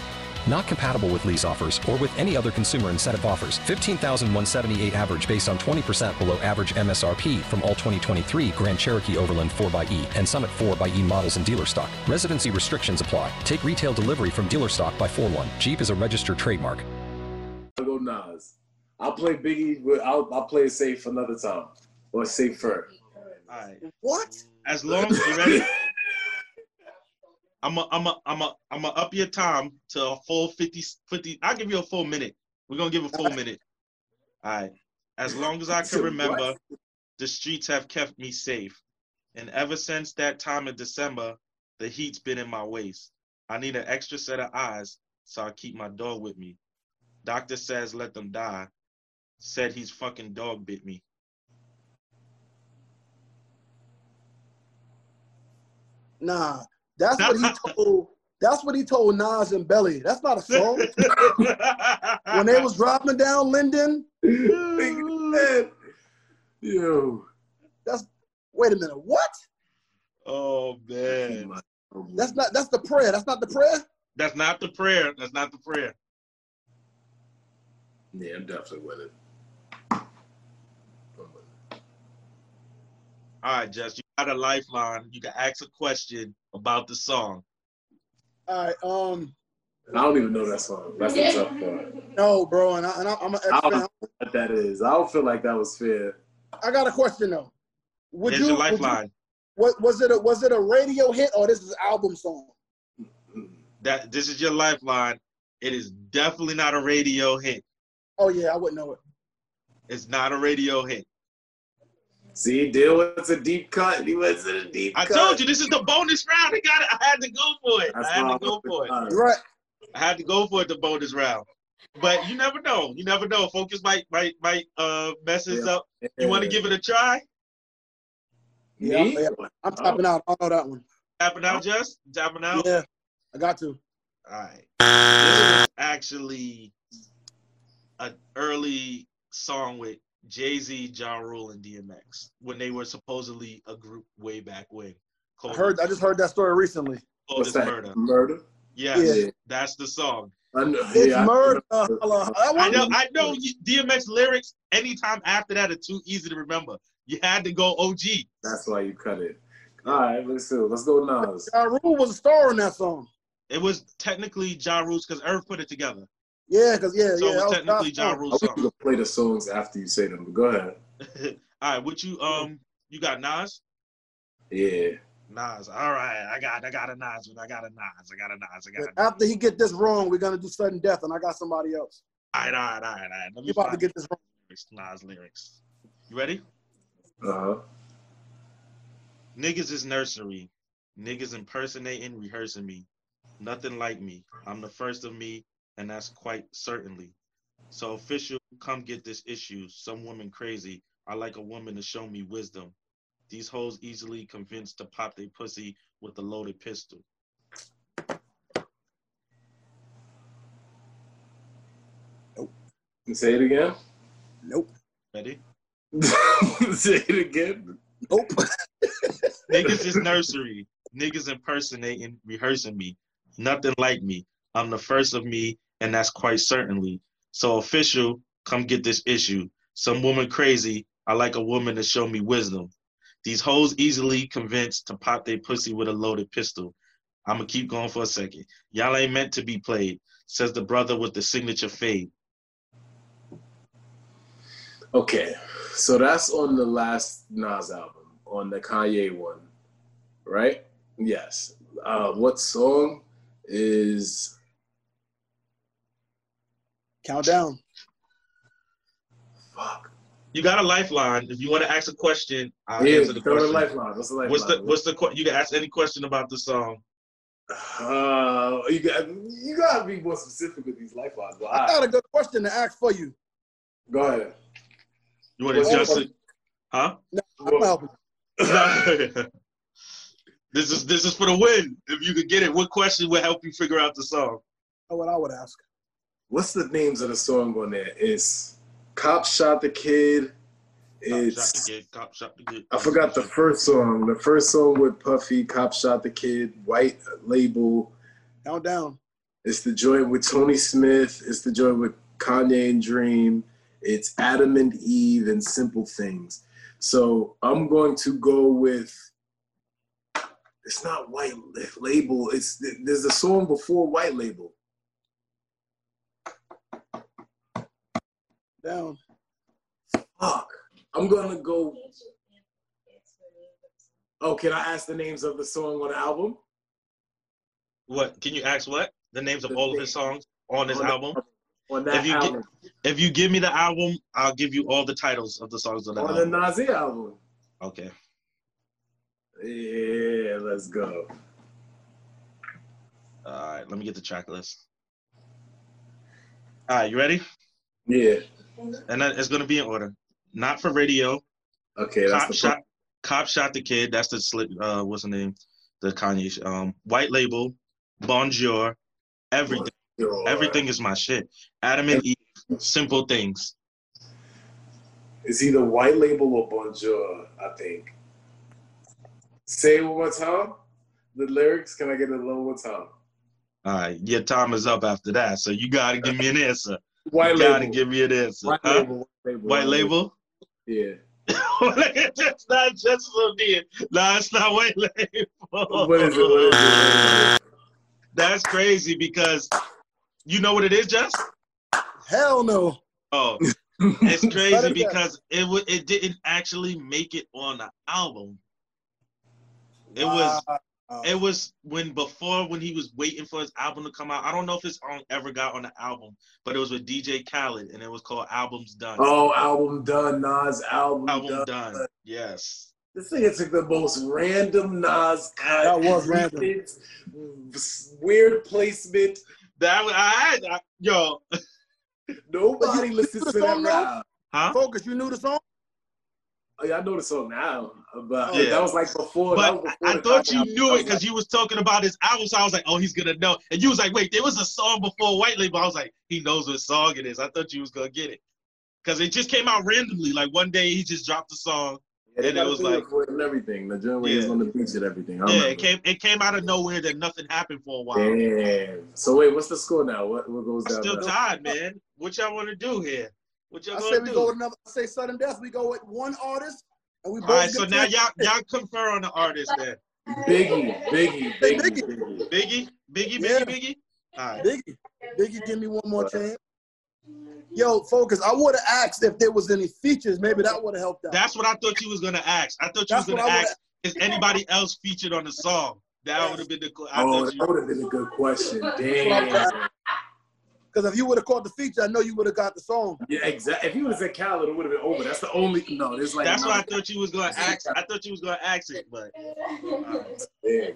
Speaker 10: Not compatible with lease offers or with any other consumer incentive offers. 15,178 average based on 20% below average MSRP from all 2023 Grand Cherokee Overland 4xE and Summit 4xE models in dealer stock. Residency restrictions apply. Take retail delivery from dealer stock by 4 1. Jeep is a registered trademark.
Speaker 5: I'll go Nas. I'll play Biggie. But I'll, I'll play it safe another time. Or safe for.
Speaker 3: All right.
Speaker 4: What?
Speaker 3: As long as you ready. I'm a, I'm a, I'm a, I'm a up your time to a full 50, 50. I'll give you a full minute. We're gonna give a full minute. All right. As long as I can remember, the streets have kept me safe, and ever since that time in December, the heat's been in my waist. I need an extra set of eyes, so I keep my dog with me. Doctor says let them die. Said he's fucking dog bit me.
Speaker 4: Nah, that's what he told. That's what he told Nas and Belly. That's not a song. when they was driving down Linden,
Speaker 5: Yo.
Speaker 4: that's wait a minute. What?
Speaker 3: Oh man.
Speaker 4: That's not. That's the prayer. That's not the prayer.
Speaker 3: That's not the prayer. That's not the prayer.
Speaker 5: Yeah, I'm definitely with it.
Speaker 3: All right, Jess, you got a lifeline. You can ask a question about the song.
Speaker 4: All right. Um.
Speaker 5: And I don't even know that song. That's the tough part.
Speaker 4: No, bro, and, I, and I, I'm an
Speaker 5: I
Speaker 4: ex
Speaker 5: don't
Speaker 4: fan.
Speaker 5: know what that is. I don't feel like that was fair.
Speaker 4: I got a question though. Would
Speaker 3: There's
Speaker 4: you?
Speaker 3: your
Speaker 4: would you-
Speaker 3: lifeline.
Speaker 4: what was it? A, was it a radio hit or this is album song?
Speaker 3: That this is your lifeline. It is definitely not a radio hit.
Speaker 4: Oh yeah, I wouldn't know it.
Speaker 3: It's not a radio hit.
Speaker 5: See, Dill went to deep cut. He went to the deep
Speaker 3: I
Speaker 5: cut.
Speaker 3: told you this is the bonus round. I got it. I had to go for it.
Speaker 5: That's
Speaker 3: I had
Speaker 5: why
Speaker 3: to go
Speaker 5: I'm
Speaker 3: for it.
Speaker 5: with
Speaker 4: You're right.
Speaker 3: I had to go for it the bonus round. But you never know. You never know. Focus might might might uh mess this up. You want to give it a try?
Speaker 4: Yeah,
Speaker 5: Me?
Speaker 4: yeah. I'm
Speaker 3: Oh.
Speaker 4: tapping out. I know that one.
Speaker 3: Tapping out, just tapping out.
Speaker 4: Yeah, I got to.
Speaker 3: All right. This was actually an early song with Jay Z, John Rule, and DMX when they were supposedly a group way back when.
Speaker 4: I
Speaker 3: Called
Speaker 4: heard. I just heard that story recently.
Speaker 3: Cold
Speaker 5: What's
Speaker 3: as Oh,
Speaker 5: that?
Speaker 3: Murder.
Speaker 5: Murder?
Speaker 3: Yes,
Speaker 5: Yeah.
Speaker 3: that's the song.
Speaker 5: I know,
Speaker 4: It's
Speaker 5: yeah, I
Speaker 4: murder.
Speaker 5: remember.
Speaker 4: Hold on. That
Speaker 3: I
Speaker 4: one-
Speaker 3: know. I know. you- DMX lyrics anytime after that are too easy to remember. You had to go OG.
Speaker 5: That's why you cut it. All right, let's see. Let's go Nas.
Speaker 4: Ja Rule was a star on that song.
Speaker 3: It was technically Ja Rule's because Irv put it together.
Speaker 4: Yeah, cause yeah,
Speaker 3: So
Speaker 4: yeah.
Speaker 3: it
Speaker 4: that
Speaker 3: was
Speaker 4: was
Speaker 3: technically
Speaker 4: Ja's
Speaker 3: Ja
Speaker 4: song.
Speaker 5: I
Speaker 3: Rule's
Speaker 5: wish you
Speaker 3: song.
Speaker 5: could play the songs after you say them. But go ahead.
Speaker 3: All right, would you um you got Nas?
Speaker 5: Yeah.
Speaker 3: Nas. All right, I got I got a Nas one. I got a Nas. I got a Nas. I got a
Speaker 4: But
Speaker 3: Nas.
Speaker 4: after he get this wrong, we're gonna do sudden death, and I got somebody else.
Speaker 3: All right, all right, all right, all right. Let
Speaker 4: You
Speaker 3: me
Speaker 4: about to
Speaker 3: find
Speaker 4: get this wrong.
Speaker 3: lyrics, Nas lyrics. You ready?
Speaker 5: Uh huh.
Speaker 3: Niggas is nursery. Niggas impersonating, rehearsing me. Nothing like me. I'm the first of me, and that's quite certainly. So official, come get this issue. Some woman crazy. I like a woman to show me wisdom. These hoes easily convinced to pop their pussy with a loaded pistol.
Speaker 5: Say it again.
Speaker 4: Nope.
Speaker 3: Ready?
Speaker 5: say it again.
Speaker 4: Nope.
Speaker 3: Niggas is nursery. Niggas impersonating, rehearsing me. Nothing like me. I'm the first of me, and that's quite certainly. So official, come get this issue. Some woman crazy. I like a woman to show me wisdom. These hoes easily convinced to pop their pussy with a loaded pistol. I'ma keep going for a second. Y'all ain't meant to be played, says the brother with the signature fade.
Speaker 5: Okay, so that's on the last Nas album, on the Kanye one, right? Yes. Uh, what song is
Speaker 4: Count down.
Speaker 3: You got a lifeline. If you want to ask a question, I'll
Speaker 5: Yeah,
Speaker 3: answer the
Speaker 5: throw the
Speaker 3: question.
Speaker 5: lifeline. What's the lifeline?
Speaker 3: What's the what's the que- you can ask any question about the song.
Speaker 5: Uh, you got you gotta be more specific with these lifelines. Well,
Speaker 4: I got a good question to ask for you.
Speaker 5: Go ahead.
Speaker 3: You want to
Speaker 5: What's-
Speaker 3: adjust it? Huh?
Speaker 4: I'm not helping.
Speaker 3: this is this is for the win. If you could get it, what question would help you figure out the song?
Speaker 4: That's what I would ask.
Speaker 5: What's the names of the song on there? It's Cop Shot the Kid. It's
Speaker 3: Shot the kid, cop shot the kid.
Speaker 5: I forgot the first song. The first song with Puffy, Cop Shot the Kid, White Label.
Speaker 4: Count down.
Speaker 5: It's the joint with Tony Smith. It's the joint with Kanye and Dream. It's Adam and Eve and Simple Things. So I'm going to go with. It's not White La- Label. It's there's a song before White Label.
Speaker 4: Down.
Speaker 5: Fuck. I'm gonna go. Oh, can I ask the names of the song on the album?
Speaker 3: What can you ask? What the names of all of his songs on his
Speaker 5: On that-
Speaker 3: album?
Speaker 5: on that
Speaker 3: if you gi-
Speaker 5: album.
Speaker 3: if you give me the album, I'll give you all the titles of the songs on that
Speaker 5: On the
Speaker 3: album.
Speaker 5: Nazi album.
Speaker 3: Okay.
Speaker 5: Yeah, let's go.
Speaker 3: All right, let me get the track list. All right, you ready?
Speaker 5: Yeah.
Speaker 3: And that, it's gonna be in order. Not for radio.
Speaker 5: Okay, that's
Speaker 3: Cop
Speaker 5: the
Speaker 3: shot. Cop shot the kid. That's the slip. Uh, what's the name? The Kanye. sh- Um, White label. Bonjour. Everything.
Speaker 5: Bonjour.
Speaker 3: Everything is my shit. Adam and Eve. Simple things.
Speaker 5: It's either White Label or Bonjour, I think. Say it one more time. The lyrics, can I get it one more time?
Speaker 3: All right, your time is up after that, so you gotta give me an answer.
Speaker 5: White
Speaker 3: you gotta
Speaker 5: label.
Speaker 3: give me an answer.
Speaker 5: White
Speaker 3: huh?
Speaker 5: label, white label,
Speaker 3: White
Speaker 5: white
Speaker 3: label.
Speaker 5: Yeah.
Speaker 3: That's not just so dear. Nah, it's not white label.
Speaker 5: What is it? What
Speaker 3: oh.
Speaker 5: is it?
Speaker 3: That's crazy because you know what it is, Jess?
Speaker 4: Hell no.
Speaker 3: Oh, it's
Speaker 4: What
Speaker 3: crazy
Speaker 4: is that?
Speaker 3: because it w- it didn't actually make it on the album. It was
Speaker 4: Uh,
Speaker 3: it was when before when he was waiting for his album to come out. I don't know if his song ever got on the album, but it was with DJ Khaled and it was called Albums Done.
Speaker 5: Oh, album done, Nas album,
Speaker 3: Album
Speaker 5: done.
Speaker 3: Done. Yes.
Speaker 5: This nigga took the most random Nas cut.
Speaker 3: That was random.
Speaker 5: It's Weird placement.
Speaker 3: That was, I, I yo.
Speaker 5: Nobody listens to that rap.
Speaker 3: Huh?
Speaker 4: Focus, you knew the song?
Speaker 5: Oh, yeah, I know the song now, but
Speaker 3: Yeah.
Speaker 5: that was like before. that
Speaker 3: But
Speaker 5: was before
Speaker 3: I
Speaker 5: the
Speaker 3: thought
Speaker 5: Kanye
Speaker 3: you
Speaker 5: album.
Speaker 3: knew it because you was talking about his album, so I was like, "Oh, he's gonna know." And you was like, "Wait, there was a song before White Label." I was like, "He knows what song it is." I thought you was gonna get it because it just came out randomly. Like one day he just dropped the song,
Speaker 5: Yeah, they
Speaker 3: and it
Speaker 5: got a
Speaker 3: was
Speaker 5: video
Speaker 3: like,
Speaker 5: for it and everything. The joint where he was
Speaker 3: Yeah.
Speaker 5: on the beach and everything. I
Speaker 3: "Yeah,
Speaker 5: remember.
Speaker 3: it came it came out of nowhere that nothing happened for a while."
Speaker 5: Damn. So wait, what's the score now? What what goes
Speaker 3: I'm
Speaker 5: down?
Speaker 3: still
Speaker 5: now?
Speaker 3: tired, man. What y'all want to do here? What y'all
Speaker 4: I
Speaker 3: gonna
Speaker 4: say we
Speaker 3: do?
Speaker 4: go with another. I say sudden death. We go with one artist, and we
Speaker 3: All
Speaker 4: both.
Speaker 3: right,
Speaker 4: get
Speaker 3: so now
Speaker 4: ten.
Speaker 3: y'all y'all confer on the artist then.
Speaker 5: Biggie, Biggie,
Speaker 4: Hey,
Speaker 5: Biggie, Biggie.
Speaker 3: Biggie, Biggie, Biggie,
Speaker 4: Yeah.
Speaker 3: Biggie. All right.
Speaker 4: Biggie, Biggie, give me one more chance. Yo, focus. I would have asked if there was any features. Maybe that would have helped out.
Speaker 3: That's what I thought you was gonna ask. I thought you
Speaker 4: That's
Speaker 3: was gonna
Speaker 4: what I would-
Speaker 3: ask, is anybody else featured on the song? That would have been the. que- I
Speaker 5: Oh,
Speaker 3: thought
Speaker 5: that would have been a good question. Damn.
Speaker 4: Because if you would have caught the feature, I know you would have got the song.
Speaker 5: Yeah, exactly. If you would have said Khaled, it would have been over. That's the only. No, it's like.
Speaker 3: That's
Speaker 5: no.
Speaker 3: what I thought you was gonna ask. I thought you was gonna ask it, but all right,
Speaker 5: Yeah.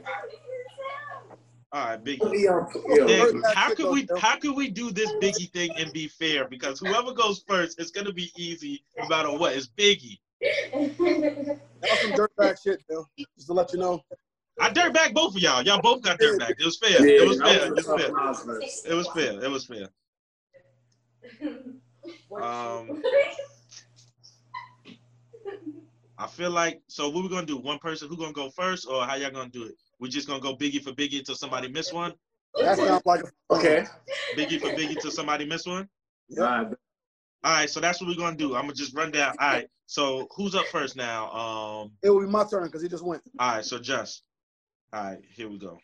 Speaker 3: all right Biggie.
Speaker 5: Yo, yo.
Speaker 3: Then how could we how could we do this Biggie thing and be fair? Because whoever goes first, it's gonna be easy no matter what. It's Biggie.
Speaker 4: That was some dirtbag shit, yo. Just to let you know.
Speaker 3: I dirtbag both of y'all. Y'all both got dirtbagged. It was fair.
Speaker 5: Yeah,
Speaker 3: It was
Speaker 5: I
Speaker 3: fair. It
Speaker 5: was
Speaker 3: was fair.
Speaker 5: tough Nas,
Speaker 3: It was fair. It was fair. Um, I feel like so. What we gonna do? One person who gonna go first, or how y'all gonna do it? We just gonna go Biggie for Biggie until somebody miss one.
Speaker 4: That sounds like a
Speaker 5: Okay.
Speaker 3: Biggie for Biggie till somebody miss one.
Speaker 5: All
Speaker 3: All right, so that's what we're gonna do. I'm gonna just run down. All right, so who's up first now? Um,
Speaker 4: It would be my turn because he just went.
Speaker 3: all right, so just. All right, here we go.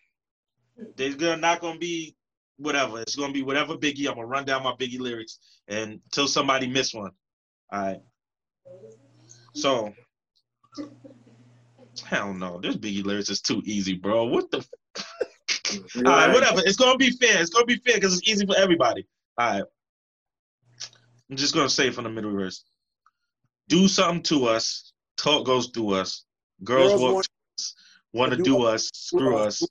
Speaker 3: There's gonna not gonna be whatever. It's gonna be whatever Biggie. I'm gonna run down my Biggie lyrics and till somebody miss one. All right. So. Hell no, this Biggie lyrics is too easy, bro. What the? All right, whatever. It's gonna be fair. It's gonna be fair because it's easy for everybody. All right. I'm just gonna say it from the middle verse. Do something to us. Talk goes through us. Girls,
Speaker 4: Girls
Speaker 3: want,
Speaker 4: want-
Speaker 3: want to do us, screw us.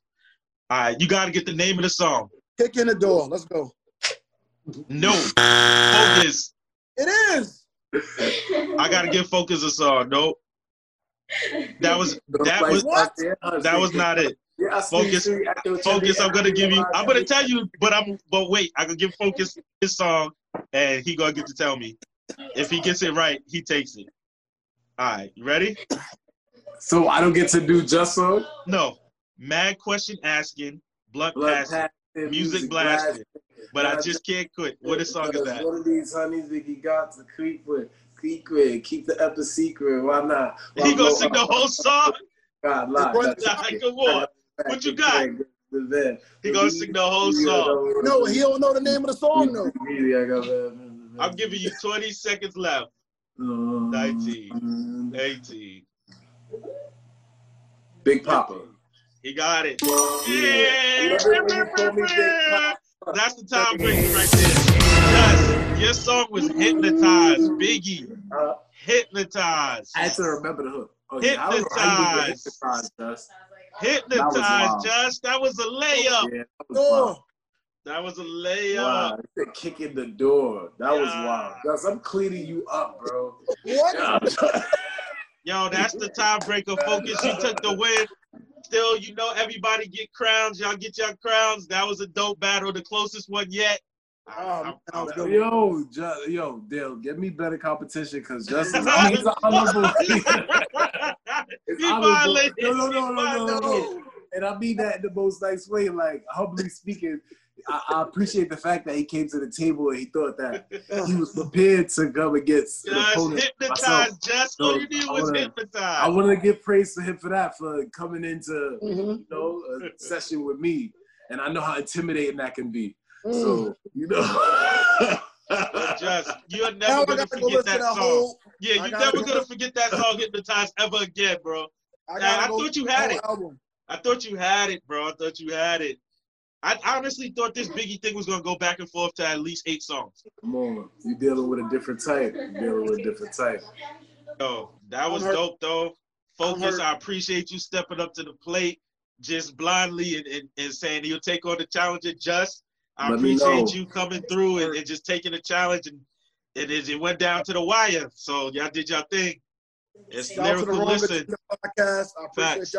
Speaker 3: All right, you gotta get the name of the song.
Speaker 4: Kick in the door. Let's go.
Speaker 3: No, focus.
Speaker 4: It is.
Speaker 3: I gotta give focus a song. Nope. That was that was that was not it. Focus, focus. I'm gonna give you. I'm gonna tell you, but I'm but wait. I can give focus his song, and he gonna get to tell me. If he gets it right, he takes it. All right, you ready?
Speaker 5: So I don't get to do just so.
Speaker 3: No. Mad question asking, blunt, passing, music, blasting. But I just can't quit. What a song is that?
Speaker 5: One of these honeys that you got to creep with, creep with, keep the epic secret. Why not? Why
Speaker 3: He gonna
Speaker 5: go
Speaker 3: sing the
Speaker 5: out?
Speaker 3: whole song?
Speaker 5: God, lie.
Speaker 3: Nah, Come on. What you got? He gonna sing the whole song.
Speaker 4: No, he don't know the name of the song though.
Speaker 3: I'm giving you 20 seconds left. 19, 18.
Speaker 5: Big Papa.
Speaker 3: He got it. Yeah. That's the time breaker right there. Yes, your song was hypnotized, Biggie. Hypnotized.
Speaker 5: I had to remember the hook. Oh, yeah, I don't know how you
Speaker 3: Hypnotized.
Speaker 5: did Hypnotized, Dust. That
Speaker 3: Hypnotized,
Speaker 5: was wild.
Speaker 3: Josh. That was a layup.
Speaker 5: Yeah, that was wild.
Speaker 3: Oh, that was a layup.
Speaker 5: Wow, they kicking the door. That was wild. Gus, I'm cleaning you up, bro.
Speaker 3: What? Yo, that's the tiebreaker. Focus. You took the win. Still, you know, everybody get crowns. Y'all get your crowns. That was a dope battle. The closest one yet.
Speaker 4: Oh,
Speaker 3: I- I- I-
Speaker 5: Yo, Ju- yo, Dale, get me better competition because Justin, I mean, it's an honorable. It's
Speaker 3: He
Speaker 5: honorable.
Speaker 3: violated.
Speaker 5: No, no, no,
Speaker 3: He
Speaker 5: no, no, no, no. And I mean that in the most nice way. Like, humbly speaking, I, I appreciate the fact that he came to the table and he thought that he was prepared to come against an
Speaker 3: Just
Speaker 5: opponent.
Speaker 3: hypnotized.
Speaker 5: myself.
Speaker 3: Just
Speaker 5: So
Speaker 3: all you did
Speaker 5: I
Speaker 3: was
Speaker 5: wanna-
Speaker 3: hypnotized.
Speaker 5: I want to give praise to him for that, for coming into
Speaker 4: Mm-hmm,
Speaker 5: you know a session with me, and I know how intimidating that can be.
Speaker 4: Mm. mm-hmm.
Speaker 5: So you know,
Speaker 3: just you're never gonna
Speaker 5: gotta go
Speaker 3: forget
Speaker 5: listen
Speaker 3: that
Speaker 5: to
Speaker 3: song.
Speaker 5: that whole-
Speaker 3: yeah,
Speaker 5: I
Speaker 3: you're
Speaker 5: gotta
Speaker 3: never
Speaker 5: go-
Speaker 3: gonna forget that song hypnotized ever again, bro.
Speaker 4: I
Speaker 3: And
Speaker 4: gotta
Speaker 3: I,
Speaker 4: go
Speaker 3: thought you
Speaker 4: listen to
Speaker 3: had
Speaker 4: the
Speaker 3: it.
Speaker 4: whole
Speaker 3: I thought you had it, bro. I thought you had it. I honestly thought this Biggie thing was gonna go back and forth to at least eight songs.
Speaker 5: come on, you're dealing with a different type. You're dealing with a different type.
Speaker 3: Yo, that was
Speaker 5: hurt.
Speaker 3: dope though. Focus, I appreciate you stepping up to the plate just blindly and, and, and saying you'll take on the challenge and just. I
Speaker 5: Let me know.
Speaker 3: appreciate you coming through and, and just taking the challenge and, and it, it went down to the wire. So y'all did y'all thing. It's
Speaker 4: Shout out to the
Speaker 3: lyrical
Speaker 4: Wrong
Speaker 3: listen.
Speaker 4: Agenda podcast. I appreciate
Speaker 3: Facts.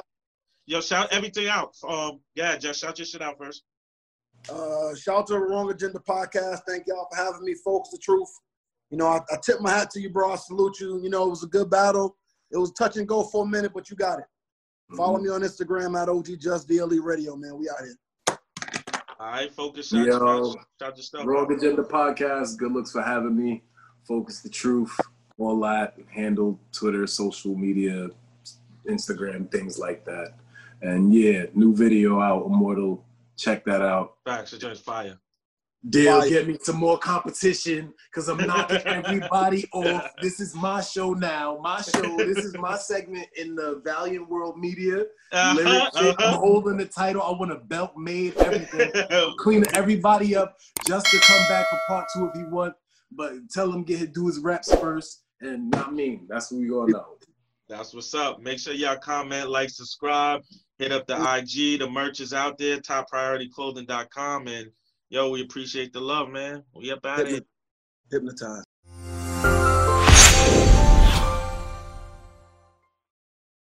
Speaker 3: Yo, shout everything out. Um, yeah, just shout your shit out first.
Speaker 4: Uh, shout out to the Wrong Agenda podcast. Thank y'all for having me, folks. The truth. You know, I, I tip my hat to you, bro. I salute you. You know, it was a good battle. It was touch and go for a minute, but you got it. Follow
Speaker 3: Mm-hmm.
Speaker 4: me on Instagram at OG Just DLE Radio, man. We out here.
Speaker 3: All right, focus. Shout,
Speaker 5: Yo,
Speaker 3: shout, shout your stuff.
Speaker 5: Wrong
Speaker 3: out.
Speaker 5: Agenda Podcast. Good looks for having me. Focus the truth. All that handle Twitter, social media, Instagram, things like that. And yeah, new video out, Immortal. Check that out.
Speaker 3: Facts, the joint's fire.
Speaker 5: Deal, get me some more competition because I'm knocking everybody off. This is my show now. My show. This is my segment in the Valiant World Media.
Speaker 3: Uh-huh,
Speaker 5: Lyric shit.
Speaker 3: uh-huh.
Speaker 5: I'm holding the title. I want a belt made, everything. Clean everybody up just to come back for part two if he want. But tell him get his do his reps first and not me. That's what we gonna know.
Speaker 3: That's what's up. Make sure y'all comment, like, subscribe, hit up the IG. The merch is out there, toppriorityclothing.com. And yo, we appreciate the love, man. We up out here.
Speaker 4: Hypnotized.